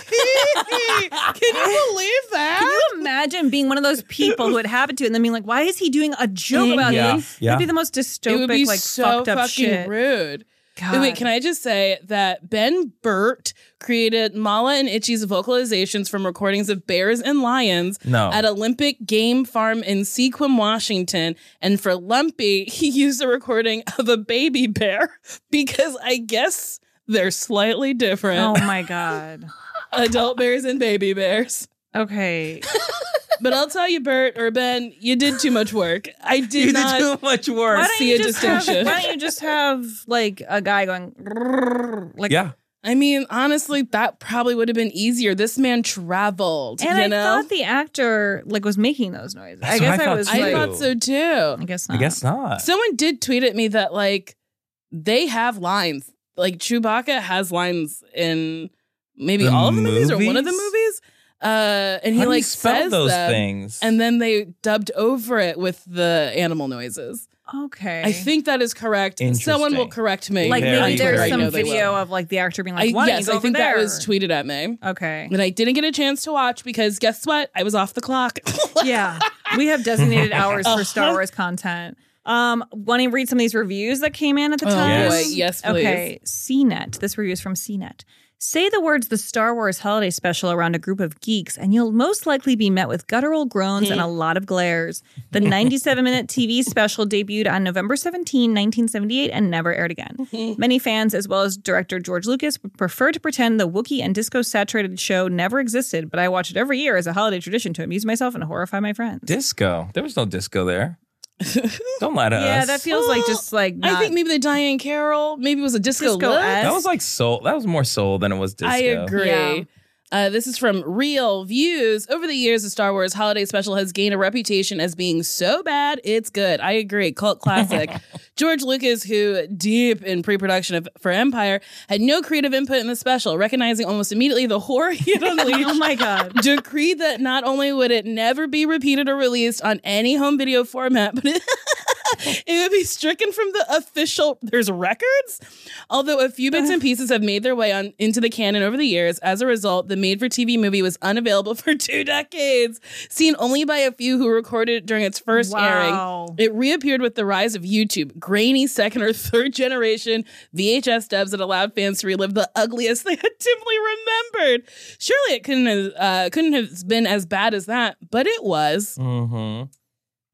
E: hee hee." "Can you believe
D: Can
E: that?"
D: you imagine being one of those people who would have it to and then being like, why is he doing a joke about
F: Yeah,
D: this?
F: yeah.
D: That'd be the most dystopic,
E: it would be
D: like
E: so
D: fucked up
E: fucking
D: shit.
E: rude.
D: God.
E: Wait, can I just say that Ben Burt created Mala and Itchy's vocalizations from recordings of bears and lions
F: No.
E: at Olympic Game Farm in Sequim, Washington. And for Lumpy, (laughs) he used a recording of a baby bear (laughs) because I guess they're slightly
D: Oh
E: different
D: my god.
E: (laughs) adult bears and baby bears. (laughs)
D: Okay.
E: But I'll tell you, Bert or Ben, you did too much work. I
F: (laughs)
E: did
F: You
E: not.
F: did too much
D: Why
F: worse.
D: don't,
E: see
D: you
E: a
D: just have,
E: distinction.
D: why don't you just have like a guy going (laughs) like
F: yeah.
E: I mean, honestly, that probably would have been easier. This man traveled,
D: And
E: you
D: I
E: know?
D: thought the actor like was making those noises. I
F: That's what
D: guess
F: I
D: I,
F: thought
D: was
F: too.
E: I
D: like
E: thought so too.
D: I guess not.
F: I guess not.
E: Someone did tweet at me that like they have lines. Like Chewbacca has lines in maybe
F: The
E: all of the movies or one of the
F: movies?
E: movies. Uh, and he
F: How do you
E: like
F: spell
E: says
F: those
E: them,
F: things?
E: and then they dubbed over it with the animal noises.
D: Okay.
E: I think that is correct. Someone
F: Interesting.
E: will correct me.
D: like
F: Very
D: maybe there's
F: good.
D: some
F: I know they
D: video
E: of.
D: of like the actor being
E: I,
D: like, Why don't you
E: yes,
D: go
E: I
D: over
E: think that
D: there?
E: was tweeted at me.
D: Okay.
E: And I didn't get a chance to watch because guess what? I was off the clock. (laughs)
D: (laughs) yeah. We have designated hours for Star
E: Uh-huh.
D: Wars content. Um, want to read some of these reviews that came in at the
E: Oh,
D: time?
F: boy.
E: Yes, please.
D: Okay. CNET. This review is from CNET. Say the words the Star Wars holiday special around a group of geeks, and you'll most likely be met with guttural
E: (laughs)
D: groans and a lot of glares. The 97 minute TV special debuted on November 17, 1978, and never aired again. Many fans, as well as director George Lucas, would prefer to pretend the Wookiee and disco saturated show never existed, but I watch it every year as a holiday tradition to amuse myself and horrify my friends. (laughs)
F: disco. There was no disco there. Don't lie to us.
D: Yeah, that feels like just like
E: I think maybe the Diane Carroll, maybe it was a disco,
D: Disco
E: look.
D: That
F: That was like soul. That was more soul than it was disco.
E: I agree. Uh, this is from Real Views. Over the years, the Star Wars Holiday Special has gained a reputation as being so bad it's good. I agree. Cult
D: (laughs)
E: classic. George Lucas, who deep in pre production of for Empire, had no creative input in the special, recognizing almost immediately the horror (laughs) he had unleashed.
D: oh my god.
E: Decreed that not only would it never be repeated or released on any home video format, but it, it would be stricken from the official. There's records, although a few bits and pieces have made their way on into the canon over the years. As a result, the made-for-TV movie was unavailable (laughs) for two decades, seen only by a few who recorded it during its first
D: Wow. Oh,
E: airing. It reappeared with the rise of YouTube, grainy second or third generation VHS dubs that allowed fans to relive the ugliest (laughs) they had dimly remembered. Surely it couldn't have, uh, couldn't have been as bad as that, but it was.
F: Mm-hmm.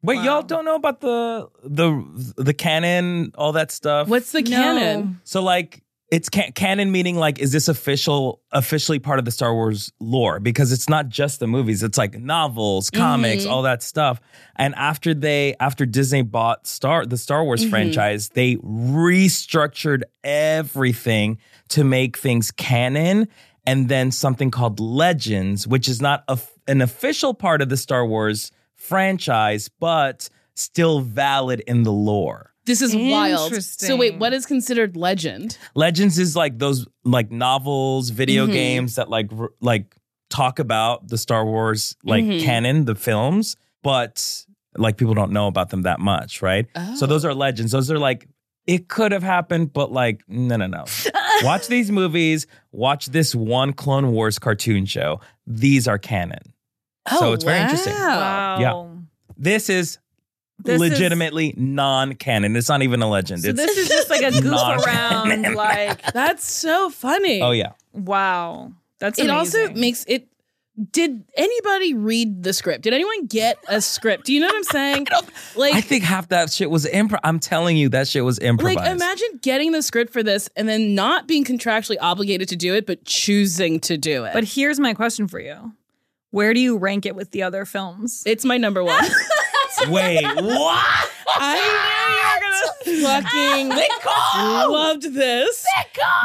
F: Wait, y'all don't know about the the the canon, all that stuff.
E: What's the canon?
F: So like it's ca- canon meaning like is this official officially part of the Star Wars lore because it's not just the movies it's like novels comics
E: Mhm.
F: all that stuff and after they after Disney bought Star the Star Wars
E: Mhm.
F: franchise they restructured everything to make things canon and then something called Legends which is not a, an official part of the Star Wars franchise but still valid in the lore
E: This is wild. So
D: Interesting.
E: wait, what is considered legend?
F: Legends is like those like novels, video
D: Mm-hmm.
E: Mhm.
F: games that like r- like talk about the Star Wars like
D: Mm-hmm.
E: Mhm.
F: canon, the films, but like people don't know about them that much, right? So those
D: Oh.
F: are legends. Those are like it could have happened, but like no, no,
D: (laughs)
F: no. watch these movies. Watch this one Clone Wars cartoon show. These are canon. so it's very interesting.
E: wow.
D: Oh, Wow.
F: This is
D: This is-
F: legitimately non-canon. It's not even a legend.
D: So
F: it's (laughs)
D: this is just like a goof
F: not- (laughs)
D: around, like
E: That's so funny.
F: oh yeah.
D: wow. That's
E: it also
D: amazing.
E: makes it. Did anybody read the script? Did anyone get a script? Do you know what I'm saying?
F: (laughs)
E: like,
F: I think half that shit was improv. I'm telling you, that shit was improvised.
E: Like, imagine getting the script for this and then not being contractually obligated to do it, but choosing to do it.
D: But here's my question for you: Where do you rank it with the other films?
E: it's my number one.
D: (laughs)
F: Wait, what?
E: I knew you were gonna
D: (laughs)
E: Ah, fucking
D: Ah,
E: loved this.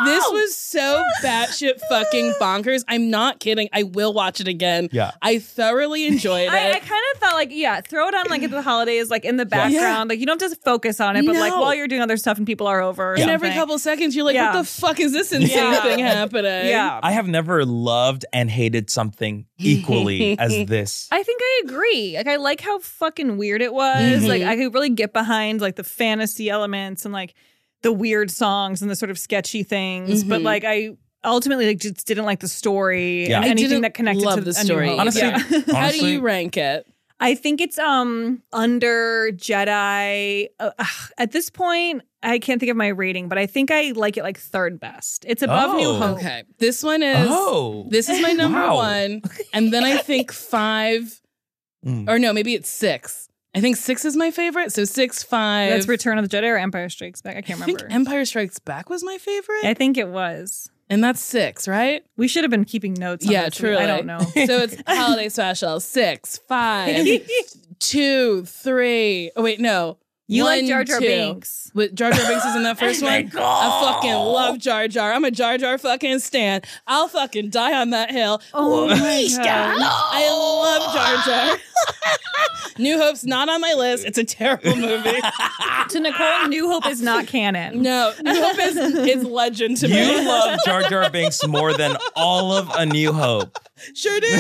E: This was so batshit
D: (laughs)
E: fucking bonkers. I'm not kidding. I will watch it again.
F: Yeah.
E: I thoroughly enjoyed
D: (laughs) I, I
E: it.
D: kind of thought like, yeah, throw it on like at the holidays, like in the background. Like you don't have to focus on it, but like
E: No.
D: while you're doing other stuff and people are over. or
E: And every
D: something.
E: couple seconds, you're like,
D: Yeah.
E: "What the fuck is this insane
D: Yeah.
E: thing happening?"
D: Yeah.
F: (laughs) I have never loved and hated something equally as this.
D: I think I agree. Like I like how fucking weird it was.
E: Mm-hmm.
D: Like I could really get behind like the fantasy elements and like the weird songs and the sort of sketchy things. But
E: Mhm.
D: like I ultimately like just didn't like the story
F: Yeah.
D: and
F: I
D: anything
E: didn't
D: that connected
E: love
D: to
E: the
D: A New
E: story.
D: Hope.
F: honestly,
D: Yeah.
F: honestly,
E: How do you rank it?
D: I think it's um under Jedi. Uh, ugh, at this point, I can't think of my rating, but I think I like it like third best. It's above New
F: Oh.
D: Hope.
E: Okay, this one is.
F: Oh,
E: This is my number
F: Wow.
E: one, and then I
D: (laughs)
E: think five,
F: Mm.
E: or no, maybe it's six. I think six is my favorite. So six, five.
D: That's Return of the Jedi or Empire Strikes Back. I can't
E: I think
D: remember.
E: Empire Strikes Back was my favorite,
D: I think it was.
E: and that's six, right?
D: We should have been keeping notes. on
E: Yeah,
D: this. I don't
E: truly. (laughs)
D: know.
E: So
D: (laughs)
E: it's holiday special six, five, two, three. Oh wait, no.
D: You like
E: One,
D: Jar Jar
E: two. (laughs)
D: Binks.
E: With Jar Jar Binks is
D: (laughs)
E: in that first one. I fucking love Jar Jar. I'm a Jar Jar fucking stan. I'll fucking die on that hill.
D: Oh my
E: Weesh,
D: God.
E: God. (laughs) I love Jar
D: (laughs)
E: Jar. New Hope's not on my list. It's a terrible
D: (laughs)
E: movie.
D: to Nicole, New Hope is not canon.
E: No, New Hope is it's legend to me. (laughs)
F: you love Jar Jar Binks more than all of A New Hope.
E: Sure
D: (laughs)
E: do.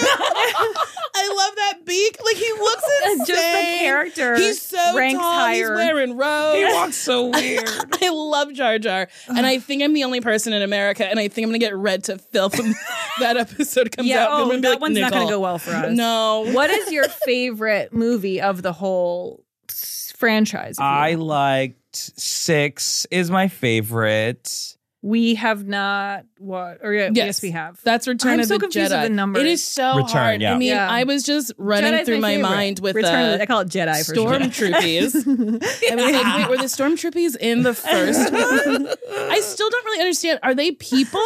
E: I love that beak. Like he looks insane.
D: Just the character
E: He's so
D: ranks
E: tall.
D: higher.
E: He's wearing robes.
F: He walks so weird.
E: (laughs)
G: (laughs)
E: I love Jar Jar, and I think I'm the only person in America, and I think I'm gonna get red to filth when (laughs) that episode comes
D: Yeah,
E: out. 'cause I'm
D: oh,
E: gonna be
D: that
E: like,
D: one's not going
E: "Nicole,
D: to go well for us.
E: No,
D: What is your favorite movie of the whole s- franchise? if you
F: I
D: will?
F: liked six is my favorite.
D: we have not what or yeah, yes. we have.
E: That's Return
D: I'm
E: of
D: so
E: the
D: confused
E: Jedi.
D: with the numbers.
E: It is so
F: Return,
E: hard.
F: yeah.
E: I mean,
D: Yeah.
E: I was just running
D: Jedi's
E: through my,
D: favorite.
E: mind with
D: Return
E: uh,
D: of the, I call it Jedi for sure.
E: stormtroopies. (laughs) I was like, wait, were the stormtroopies in the first one? I still don't really understand. Are they people?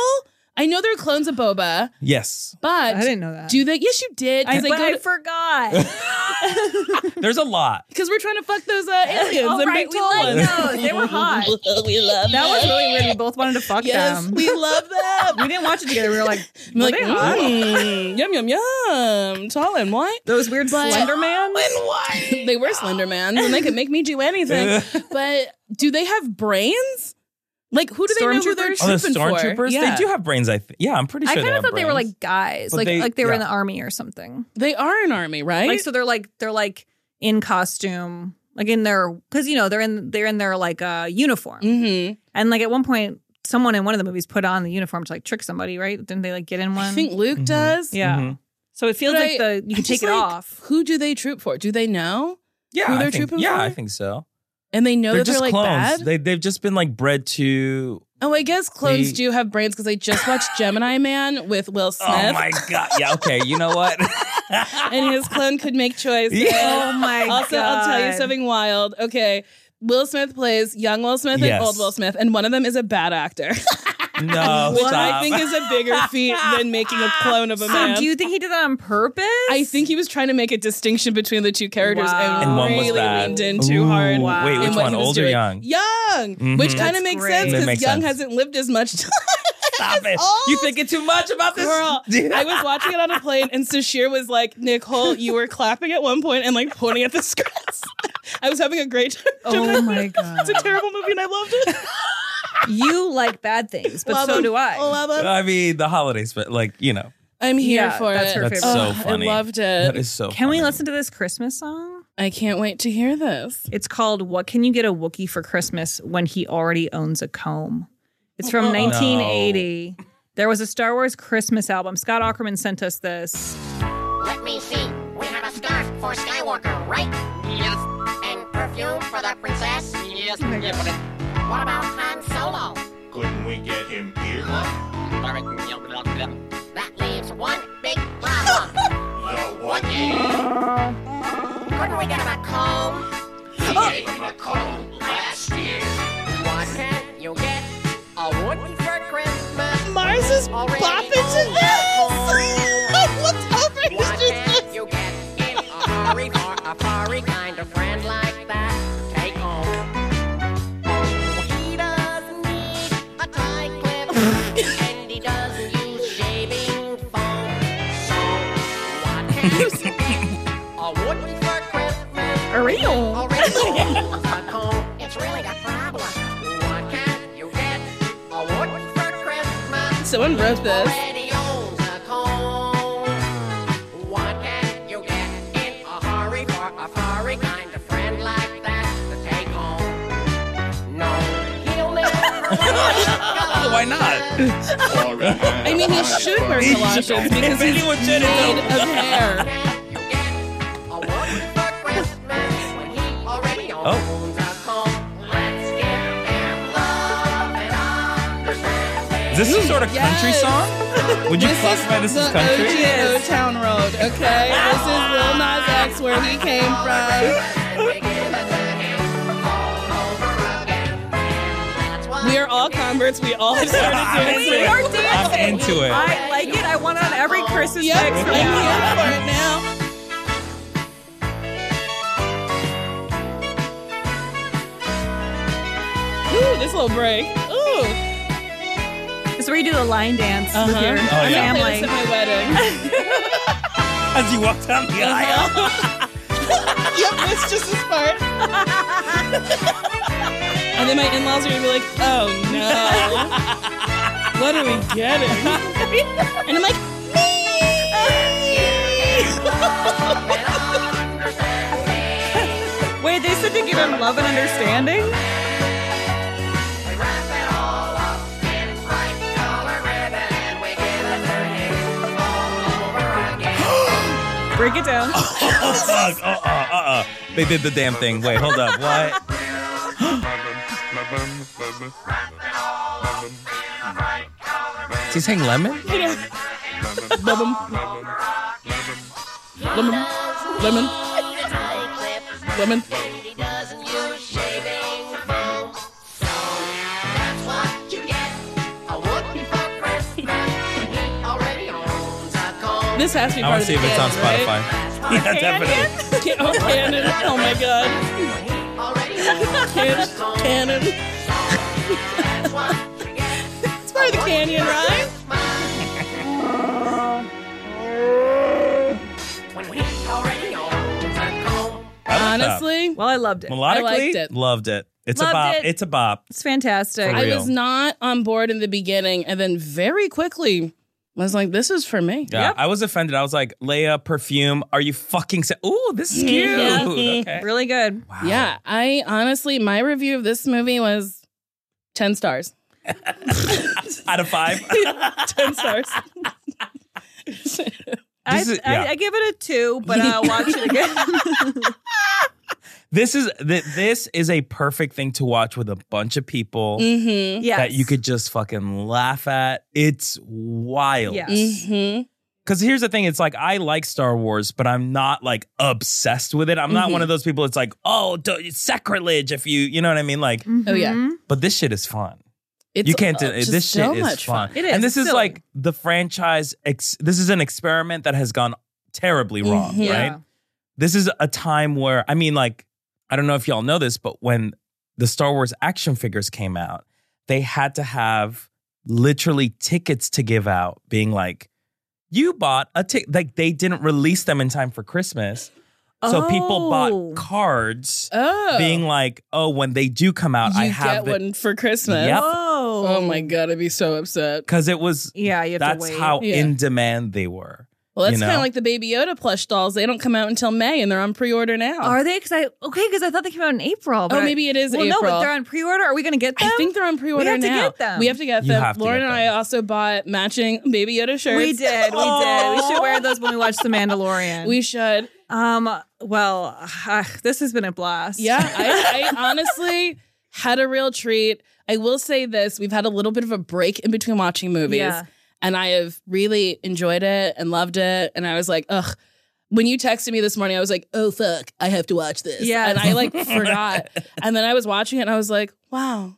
E: I know they're clones of Boba,
F: Yes.
E: but
D: (laughs) I didn't know that.
E: do they? Yes, you did.
D: I,
E: 'cause they
D: but
E: go
D: I (laughs)
E: to-
D: forgot.
F: There's a lot.
E: (laughs) Because we're trying to fuck those uh, aliens
D: Oh,
E: and
D: right,
E: big
D: we
E: tall
D: like
E: ones.
D: those. They were hot.
E: (laughs) we love
D: That was
E: them.
D: really weird. We both wanted to fuck
E: Yes,
D: them.
E: we love them.
D: we didn't watch it together. We were like, (laughs)
E: I'm
D: were
E: like,
D: they hot?
E: mm, yum yum yum, tall and white.
D: Those weird
E: But-
D: Slender Man.
E: (laughs) they were slender man, and they could make me do anything. but do they have brains? Like, who do they know who they're
D: Stormtroopers?
F: Oh, the
E: trooping for?
F: stormtroopers? They do have brains, I think. Yeah, I'm pretty
D: I
F: sure
D: kind
F: they
D: of
F: have
D: thought they were
F: brains.
D: like guys,
F: But
D: like
F: they-
D: like they were in
F: yeah.
D: the army or something.
E: They are an army, right?
D: Like so, they're like they're like in costume, like in their because you know they're in they're in their like uh uniform,
F: Mm.
E: mm-hmm.
D: and like at one point someone in one of the movies put on the uniform to like trick somebody, right? Didn't they like get in one?
E: I think Luke
F: Mhm.
E: does.
D: yeah.
F: Mhm.
D: So it feels
E: But
D: like
E: I-
D: the
E: I'm
D: you can take
E: just
D: it
E: like,
D: off.
E: Who do they troop for? Do they know?
F: yeah,
E: who
F: I
E: they're
F: think,
E: trooping
F: yeah,
E: for?
F: I think so.
E: And they know
F: they're
E: that
F: just
E: they're like
F: clones.
E: bad.
F: They they've just been like bred to.
E: oh, I guess clones
F: They-
E: do have brains because I just
F: (gasps)
E: watched Gemini Man with Will Smith,
F: Oh my god! Yeah, okay. You know what?
E: and his clone could make choices.
F: (laughs) Yeah.
D: Oh my god.
E: (laughs) also, I'll tell you something wild. Okay. Will Smith plays young Will Smith
F: Yes.
E: and old Will Smith, and one of them is a
F: (laughs)
E: bad actor, (laughs)
F: no,
E: which
F: Oh, stop.
E: I think is a bigger feat than making a clone of a
D: So
E: man.
D: do you think he did that on purpose?
E: I think he was trying to make a distinction between the two characters
D: Wow.
E: and,
F: And one was
E: really
F: bad.
E: leaned in too
F: Ooh,
E: hard.
D: Wow.
F: Wait,
D: in
F: which
E: in what
F: one?
E: he was
F: Old or
E: doing.
F: young?
E: Young,
F: Mhm.
E: which kind
D: That's
E: of makes
D: great.
E: sense
D: That
E: because
F: makes
E: Young
F: sense.
E: hasn't lived as much (laughs) time.
F: Stop it! You thinking too much about this
E: Girl,
F: (laughs) Dude.
E: I was watching it on a plane, and Sashir was like, "Nicole, you were clapping at one point and like pointing at the screen." (laughs) I was having a great time.
D: Oh my god.
E: (laughs) It's a terrible movie, and I loved it.
D: (laughs) you like bad things, (laughs) but so do I.
F: I mean, the holidays, but like you know,
E: I'm here
D: Yeah,
E: for
D: that's
E: it.
D: her
F: That's
D: favorite.
F: so
E: Ugh,
F: funny.
E: I loved
F: that
E: it.
F: is so.
D: Can we
F: funny.
D: listen to this Christmas song?
E: I can't wait to hear this.
D: It's called What Can You Get a Wookiee for Christmas When He Already Owns a Comb? It's from 1980. There was a Star Wars Christmas album. Scott Ackerman sent us this.
G: Let me see. We have a scarf for Skywalker, right? Yes. And perfume for the princess? Yes. What about Han Solo?
H: Couldn't we get him beer?
G: That leaves one big problem.
H: The Wookiee?
G: Couldn't we get him a comb? Oh.
H: He gave him a cold last year.
G: What can you get? A Wookiee for Christmas?
E: Mars is
G: Already
E: bopping to
G: owns a
E: this. I
G: comb.
E: (laughs) looked over and
G: What
E: it's just
G: can you get in a hurry for a furry kind of friend like that? Take home. He doesn't need a tie clip, and he doesn't use shaving foam. So what can you get? A wooden for Christmas.
D: A real.
G: Already
E: (laughs)
G: owns a comb. It's really a problem. What can you get? A wooden for Christmas.
E: Someone wrote this.
G: Already owns a comb. What can you get in a hurry for a furry kind of friend like that to take home? No, he'll never
E: uh,
G: wear
F: Oh, Why
E: (laughs)
F: not?
E: I
F: (laughs)
E: mean, he should wear
F: He
E: galoshes
F: should.
E: because he's
F: Anyone should.
E: made of hair.
G: You get a woman for Christmas when he already
F: Oh.
G: owns a comb. Let's give him love and understanding.
F: Is this some sort of country
E: Yes.
F: song? Would you classify Oh, this as country?
E: OG Town Road, okay? This is Lil Nas X, where he came from.
G: And we give it to him all over again. That's what
E: We are all converts. We all have started (laughs) dancing.
D: We are
F: I'm
D: dancing.
F: into it.
D: I like it. I want it on every Christmas
E: Yep, I'm here
D: mix from now on.
E: for it now. Ooh, this little break. Ooh,
D: It's where you do the line dance with
E: Uh-huh.
D: your
E: Oh,
F: yeah.
E: I'm gonna play
D: family.
E: this at my wedding.
F: As you walk down the aisle.
E: (laughs) yep, this just this part. (laughs) and then my in-laws are gonna be like, "Oh no, what are we (laughs) getting?" and I'm like,
D: Wait, they said to give him love and understanding? Break it down.
F: uh, uh, uh, uh. They did the damn thing. Wait, hold up. What? (gasps) Does he sing lemon?
E: "Lemon, lemon, lemon, lemon."
G: He doesn't use shaving foam. So that's what you get. A whoopee for Christmas. He already owns a comb.
E: This has to be
F: I
E: part
F: want
E: of
F: to see
E: the
F: if it's on (laughs)
E: kids, right?
F: Spotify. Yeah, definitely.
E: Ca- oh, cannon. Oh my god. Can- cannon. it's part of the canyon, right? Honestly,
D: well, I loved it.
F: Melodically,
E: I liked it.
F: loved it. It's
E: Loved
F: a bop.
E: it.
F: It's a bop.
D: It's fantastic.
F: For
E: I
F: real.
E: was not on board in the beginning, and then very quickly I was like, "This is for me."
F: Yeah, I was offended. I was like, Leia, perfume. Are you fucking? Se- Ooh, this is cute. (laughs) Okay.
D: (laughs) Really good.
E: Yeah, I honestly, my review of this movie was
F: (laughs)
E: ten stars.
F: Out of five. (laughs)
E: ten stars.
D: I,
F: This is-
D: I,
F: yeah.
D: I give it a two,
F: (laughs)
D: but I'll watch it again.
F: This is th- this is a perfect thing to watch with a bunch of people
E: Mm-hmm.
F: that you could just fucking laugh at. It's wild.
E: Mm-hmm.
F: Because here's the thing, it's like I like Star Wars, but I'm not like obsessed with it. I'm not
E: Mhm.
F: one of those people. It's like, oh, d- it's sacrilege if you, you know what I mean? Like,
D: Mm-hmm.
E: Oh, yeah.
F: but this shit is fun.
E: It's,
F: you can't.
E: uh,
F: do
E: just
F: this shit
E: so
F: is
E: much
F: fun.
E: fun. It is.
F: and this is
E: It's silly.
F: like the franchise. Ex- this is an experiment that has gone terribly wrong,
E: Mhm. Yeah.
F: right? This is a time where I mean, like, I don't know if y'all know this, but when the Star Wars action figures came out, they had to have literally tickets to give out, being like, "You bought a ticket." Like they didn't release them in time for Christmas. So people
E: Oh.
F: bought cards
E: Oh.
F: being like, oh, when they do come out, I
E: You
F: have
E: get
F: the-
E: one for Christmas.
F: Yep.
E: Oh my god, I'd be so upset.
F: because it was
D: yeah, you have to
F: that's
D: wait.
F: how
E: Yeah.
F: in demand they were.
E: Well, that's
F: you know?
E: kind of like the Baby Yoda plush dolls. They don't come out until May, and they're on pre-order now.
D: Are they? Because I okay, because I thought they came out in April. But
E: Oh, maybe it is
D: well, No, but
E: April.
D: they're on pre-order. Are we going to get them?
E: I think they're on pre-order
D: We have to
E: now.
D: get them.
E: We have to get
F: You
E: them.
F: have to
E: Lauren
F: get
E: and I also bought matching Baby Yoda shirts. Oh.
D: We did. We did. We should wear those when we watch The Mandalorian.
E: We should.
D: Um. Well, ah, this has been a
E: (laughs)
D: blast.
E: Yeah,
D: (laughs)
E: I, I honestly had a real treat. I will say this: we've had a little bit of a break in between watching movies,
D: Yeah.
E: and I have really enjoyed it and loved it. And I was like, ugh. When you texted me this morning, I was like, oh fuck, I have to watch this.
D: Yes.
E: and I like forgot. And then I was watching it, and I was like, wow,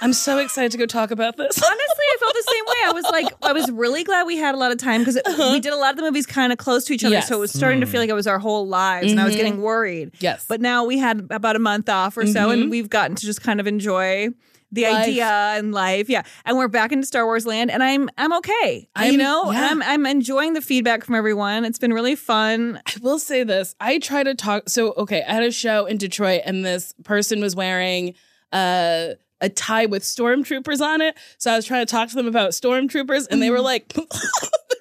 E: I'm so excited to go talk about this.
D: Honestly, I felt the same way. I was like, I was really glad we had a lot of time because we did a lot of the movies kind of close to each other,
E: Yes.
D: so it was starting
F: Hmm.
D: to feel like it was our whole lives, and I was
E: Mhm.
D: getting worried.
E: Yes.
D: But now we had about a month off or so,
E: Mhm.
D: and we've gotten to just kind of enjoy the
E: Life.
D: idea and life. Yeah, and we're back into Star Wars land, and I'm I'm okay. I you
E: I'm-
D: know,
E: yeah.
D: I'm I'm enjoying the feedback from everyone. It's been really fun.
E: I will say this. I try to talk. So, okay, I had a show in Detroit, and this person was wearing uh, a tie with stormtroopers on it. So I was trying to talk to them about stormtroopers, and they
D: Mm-hmm.
E: were like, (laughs) they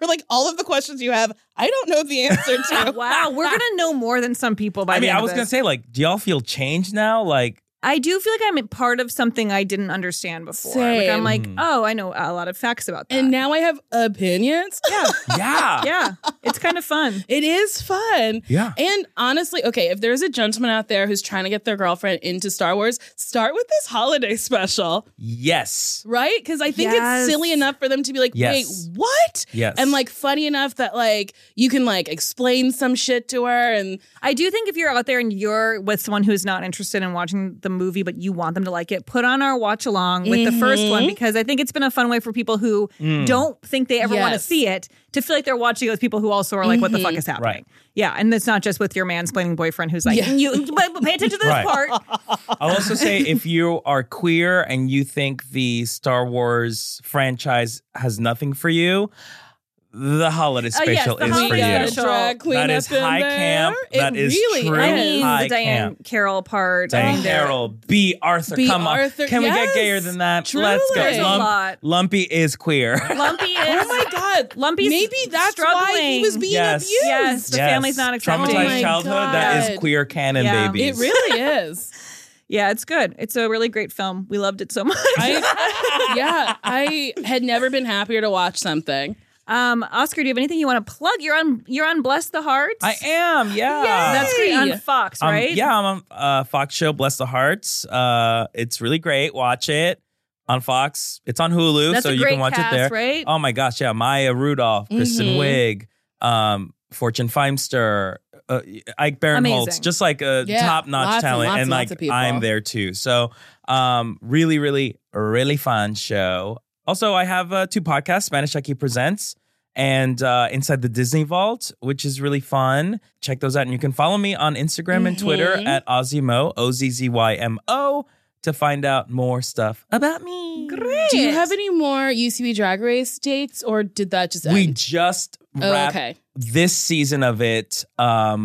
E: were like, all of the questions you have, I don't know the answer to.
D: (laughs) Wow, we're gonna know more than some people by
F: I
D: the
F: mean,
D: end
F: I
D: of
F: was gonna
D: this.
F: say, like, do y'all feel changed now?
D: (laughs)
F: Like,
D: I do feel like I'm a part of something I didn't understand before. Like
E: Same.
D: I'm like, oh, I know a lot of facts about that.
E: and now I have opinions.
D: yeah,
F: yeah,
D: yeah, it's kind of fun.
E: It is fun.
F: Yeah.
E: And honestly, okay, if there's a gentleman out there who's trying to get their girlfriend into Star Wars, start with this holiday special.
F: yes,
E: right? Because I think
D: Yes.
E: it's silly enough for them to be like,
F: Yes.
E: wait, what?
F: Yes.
E: And like funny enough that like you can like explain some shit to her and
D: I do think if you're out there and you're with someone who's not interested in watching the movie, but you want them to like it, put on our watch along with the first
E: Mm-hmm.
D: one because I think it's been a fun way for people who
F: Mm.
D: don't think they ever want to
E: Yes. Mm-hmm.
D: see it to feel like they're watching it with people who also are like, what the fuck is happening?
F: Right.
D: Yeah, and it's not just with your mansplaining boyfriend who's like,
E: Yeah.
D: you but but pay attention to this
F: Right.
D: part.
F: I'll also
D: (laughs)
F: say if you are queer and you think the Star Wars franchise has nothing for you, the holiday
D: Uh, yes,
F: special
D: the
F: is for
D: holiday
F: you.
D: special.
E: drag queen
F: That
E: up
F: is
E: in
F: high
E: there.
F: camp.
E: It
F: That is
E: really
F: true.
D: I
E: Is.
D: mean,
F: High
D: the Diane
F: camp.
D: Carroll part. I
F: Dang
D: mean, there-
F: Harold, B. Arthur,
E: B.
F: come
E: Arthur,
F: on. Can we
E: yes.
F: get gayer than that?
E: Truly.
F: Let's go.
E: There's
D: a lot.
F: Lumpy is queer.
D: Lumpy is.
E: (laughs) Oh my god.
D: Lumpy's
E: Maybe that's why he
D: struggling.
E: was being
F: Yes.
E: abused.
D: Yes. (laughs) The family's not
E: Oh
D: accepting.
E: my
F: Traumatized childhood, that
E: God.
F: is queer canon,
D: Yeah.
F: baby.
E: It really is.
D: Yeah, it's good. It's a really great film. We loved it so (laughs) much. (laughs)
E: I, yeah, I had never been happier to watch something.
D: um, Oscar, do you have anything you want to plug? You're on. You're on. Bless the Hearts.
F: I am, yeah.
D: That's great on
E: Yay.
D: Fox,
F: Um,
D: right?
F: yeah, I'm on uh, Fox show Bless the Hearts. Uh, it's really great. Watch it on Fox. It's on Hulu,
D: That's
F: so
D: a
F: you
D: great
F: can watch
D: cast,
F: it there.
D: right?
F: (laughs) Oh my gosh, yeah, Maya Rudolph, Kristen Wiig,
E: Mm-hmm.
F: um, Fortune Feimster, uh, Ike Barinholtz,
D: Amazing.
F: just like a
E: Yeah,
F: top
E: lots
F: notch
E: and
F: talent,
E: lots
F: and
E: and lots
F: like
E: of people.
F: I'm there too. So, um, really, really, really fun show. Also, I have uh, two podcasts: Spanish Jackie Presents and uh, inside the Disney Vault, which is really fun. Check those out. And you can follow me on Instagram and Twitter
E: Mm-hmm.
I: Mhm.
F: at Ozzymo, O Z Z Y M O, to find out more stuff about me.
E: Do you have any more UCB Drag Race dates, or did that just end?
F: We just
E: Oh,
F: wrapped
E: okay.
F: this season of it um,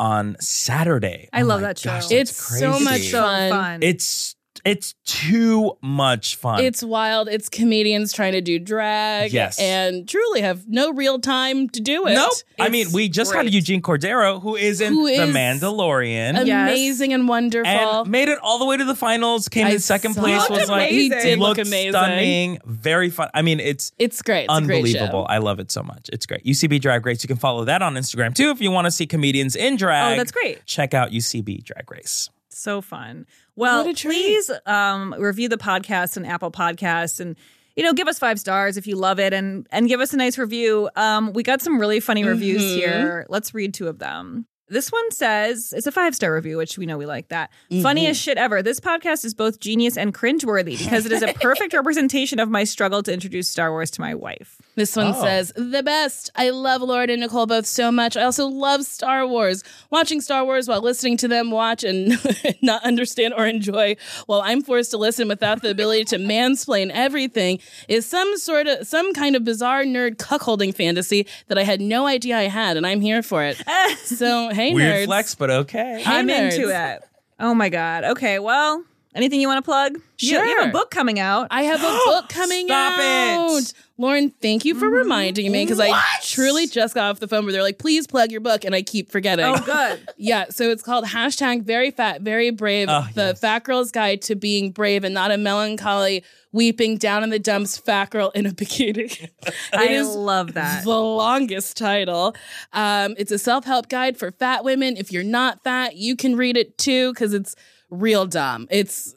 F: on Saturday. Oh
D: I love that show.
E: it's so
F: crazy.
E: much fun.
F: It's it's too much fun.
E: It's wild. It's comedians trying to do drag
F: Yes.
E: and truly have no real time to do it.
F: Nope. I mean, we just had Eugene Cordero, who is in
E: Who
F: The
E: is
F: Mandalorian.
E: amazing and wonderful.
F: And made it all the way to the finals, came
E: I
F: in second
E: saw
F: place,
E: that.
F: was like,
E: He did look
F: looked
E: amazing.
F: stunning, very fun. I mean, it's
E: It's great. It's a great
F: unbelievable. I love it so much. It's great. UCB Drag Race. You can follow that on Instagram too if you want to see comedians in drag.
D: Oh, that's great.
F: Check out UCB Drag Race.
D: So fun. Well, please um, review the podcast and Apple Podcasts and you know give us five stars if you love it and and give us a nice review. Um, we got some really funny reviews
E: Mhm.
D: here. Let's read two of them. This one says it's a five star review, which we know we like that. Funniest
E: Mm-hmm.
D: shit ever. This podcast is both genius and cringeworthy because it is
E: (laughs)
D: a perfect representation of my struggle to introduce Star Wars to my wife.
E: This
F: Oh.
E: one says, the best. I love Lord and Nicole both so much. I also love Star Wars. Watching Star Wars while listening to them watch and (laughs) not understand or enjoy while I'm forced to listen without the ability to mansplain everything is some sort of some kind of bizarre nerd cuckolding fantasy that I had no idea I had, and I'm here
F: (laughs)
E: for it. so hey
F: Weird
E: nerds.
F: flex, but okay.
D: I'm into it. Oh my god. Okay. Well, anything you want to plug? You- You, have
E: Sure.
D: a book coming out.
E: I have a
D: (gasps)
E: book coming
D: Stop
E: out.
D: it. Mm-hmm.
E: Lauren, thank you for reminding me because I truly just got off the phone where they're like, please plug your book, and I keep forgetting.
D: Oh,
E: (laughs)
D: good.
E: yeah, so it's called hashtag very fat, very brave,
D: Oh,
E: the fat girl's guide to being brave and not a melancholy, weeping down in the dumps fat girl in a bikini. (laughs)
D: I
E: It is
D: love that.
E: The longest title. Um, it's a self help guide for fat women. If you're not fat, you can read it too because it's real dumb. It's,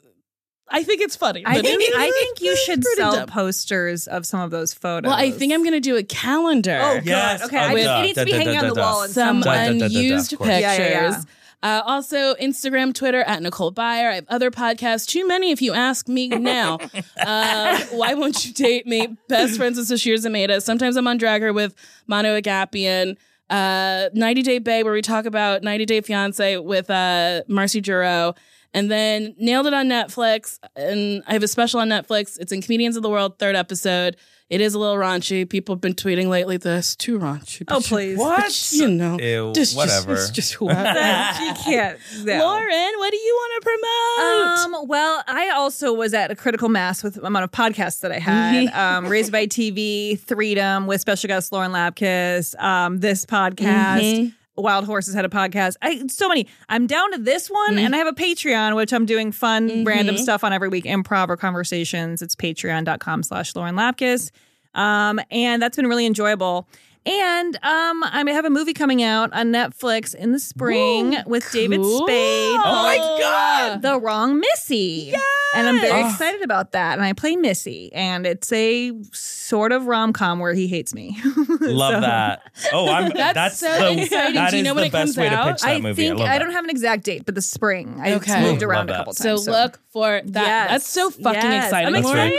E: I think it's funny.
D: I
E: but
D: think
E: it's-
D: I think you
E: it's
D: should
E: pretty
D: sell
E: dumb.
D: posters of some of those photos.
E: Well, I think I'm gonna do a calendar.
D: Oh, God. Yes. Okay, I
E: With
D: just- it needs to be hanging on the wall in
E: some
D: some way.
E: unused
D: Of course. Yeah,
E: pictures.
D: yeah, yeah.
E: Uh, also, Instagram, Twitter at Nicole Byer. I have other podcasts. Too many, if you ask me
D: (laughs)
E: now. um, Why won't you date me? Best friends with Sashir Zameda. Sometimes I'm on Dragger with Mono Agapian. Uh, 90 Day Bay, where we talk about 90 Day Fiance with uh, Marcy Giroux. And then Nailed It on Netflix. And I have a special on Netflix. It's in Comedians of the World, third episode. It is a little raunchy. People have been tweeting lately this too raunchy. But
D: Oh,
E: you-
D: please.
E: but
D: What?
E: You know,
F: Ew,
E: just- just-
F: whatever.
E: it's just (laughs) who I am.
D: (laughs) she can't. no.
E: Lauren, what do you want to promote?
D: Um, well, I also was at a critical mass with the amount of podcasts that
E: (laughs)
D: I had. um, Raised by TV, Freedom with special guest Lauren Lapkus, um, this podcast.
E: Mhm.
D: Wild Horses had a podcast. I so many. I'm down to this one,
E: Mm-hmm.
D: and I have a Patreon, which I'm doing fun random stuff on every week, improv or conversations. It's patreon.com slash Lauren Lapkus. Um, and that's been really enjoyable. And um, I may have a movie coming out on Netflix in the spring with David Spade.
E: Oh my
D: called
E: God.
D: The Wrong Missy. Uh, Yes! And I'm very excited about that. And I play Missy, and it's a sort of rom com where he hates me. (laughs)
F: Love
D: So-
F: that. Oh, I'm
D: (laughs)
F: that's,
D: That's so
F: the,
D: exciting.
F: that
D: Do you
F: is
D: know when
F: the
D: it
F: best
D: comes
F: way to
D: out?
F: pitch that
D: I
F: movie.
D: think
F: I love
D: I
F: that.
D: don't have an exact date, but the spring. I
E: Okay.
D: moved
F: Ooh,
D: around
F: love
D: a couple
F: that.
D: times.
E: So look for that. That's so fucking
D: Yes,
E: exciting.
D: I'm
F: That's very
D: excited.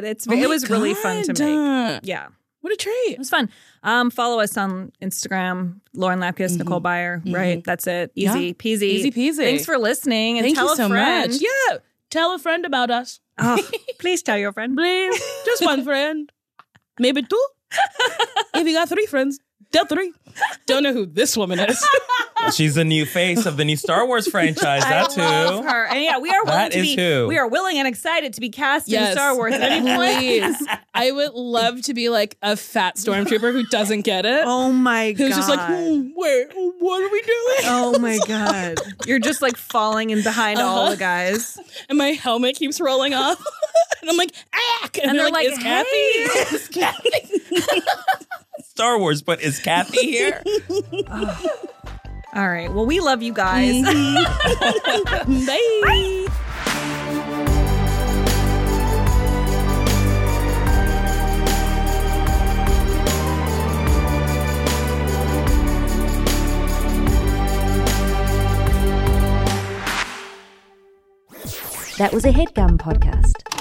F: cool.
D: It's
E: Oh
D: it
E: my
D: was really fun to
E: God.
D: make. Yeah.
E: What a treat.
D: It was fun. Um, follow us on Instagram, Lauren Lapkus, Nicole Byer. Right. That's it. Mm-hmm. Easy
E: Yeah.
D: peasy.
E: Easy peasy.
D: Thanks for listening and
E: Thank
D: tell
E: you
D: a
E: so
D: friend.
E: much.
D: (laughs)
E: Yeah. Tell a friend about us.
D: Oh, please tell your friend.
E: Please. Just
D: (laughs)
E: one friend. Maybe two. if you got three friends, tell three. Don't know who this woman is.
F: She's the new face of the new Star Wars franchise.
D: (laughs) I
F: That's
D: love
F: who.
D: her. And yeah, we are willing
F: That
D: to
F: is
D: be
F: who.
D: we are willing and excited to be cast in
E: Yes.
D: Star (laughs) Wars at any point.
E: Please. (laughs) I would love to be like a fat stormtrooper who doesn't get it.
D: Oh my
E: Who's just like,
D: God.
E: "Hmm, wait, what are we doing?
D: Oh
E: (laughs)
D: my god. (laughs) You're just like falling in behind all
E: Uh-huh.
D: the guys.
E: and my helmet keeps rolling off. (laughs) and I'm like, ah! And,
D: And
E: they're,
D: they're
E: like,
D: like,
E: is Kathy?
D: "Hey."
E: Is Kathy?
F: Star Wars, but is Kathy
D: (laughs)
F: here?
D: All right. Well, we love you guys.
E: Bye.
A: That was a headgum podcast.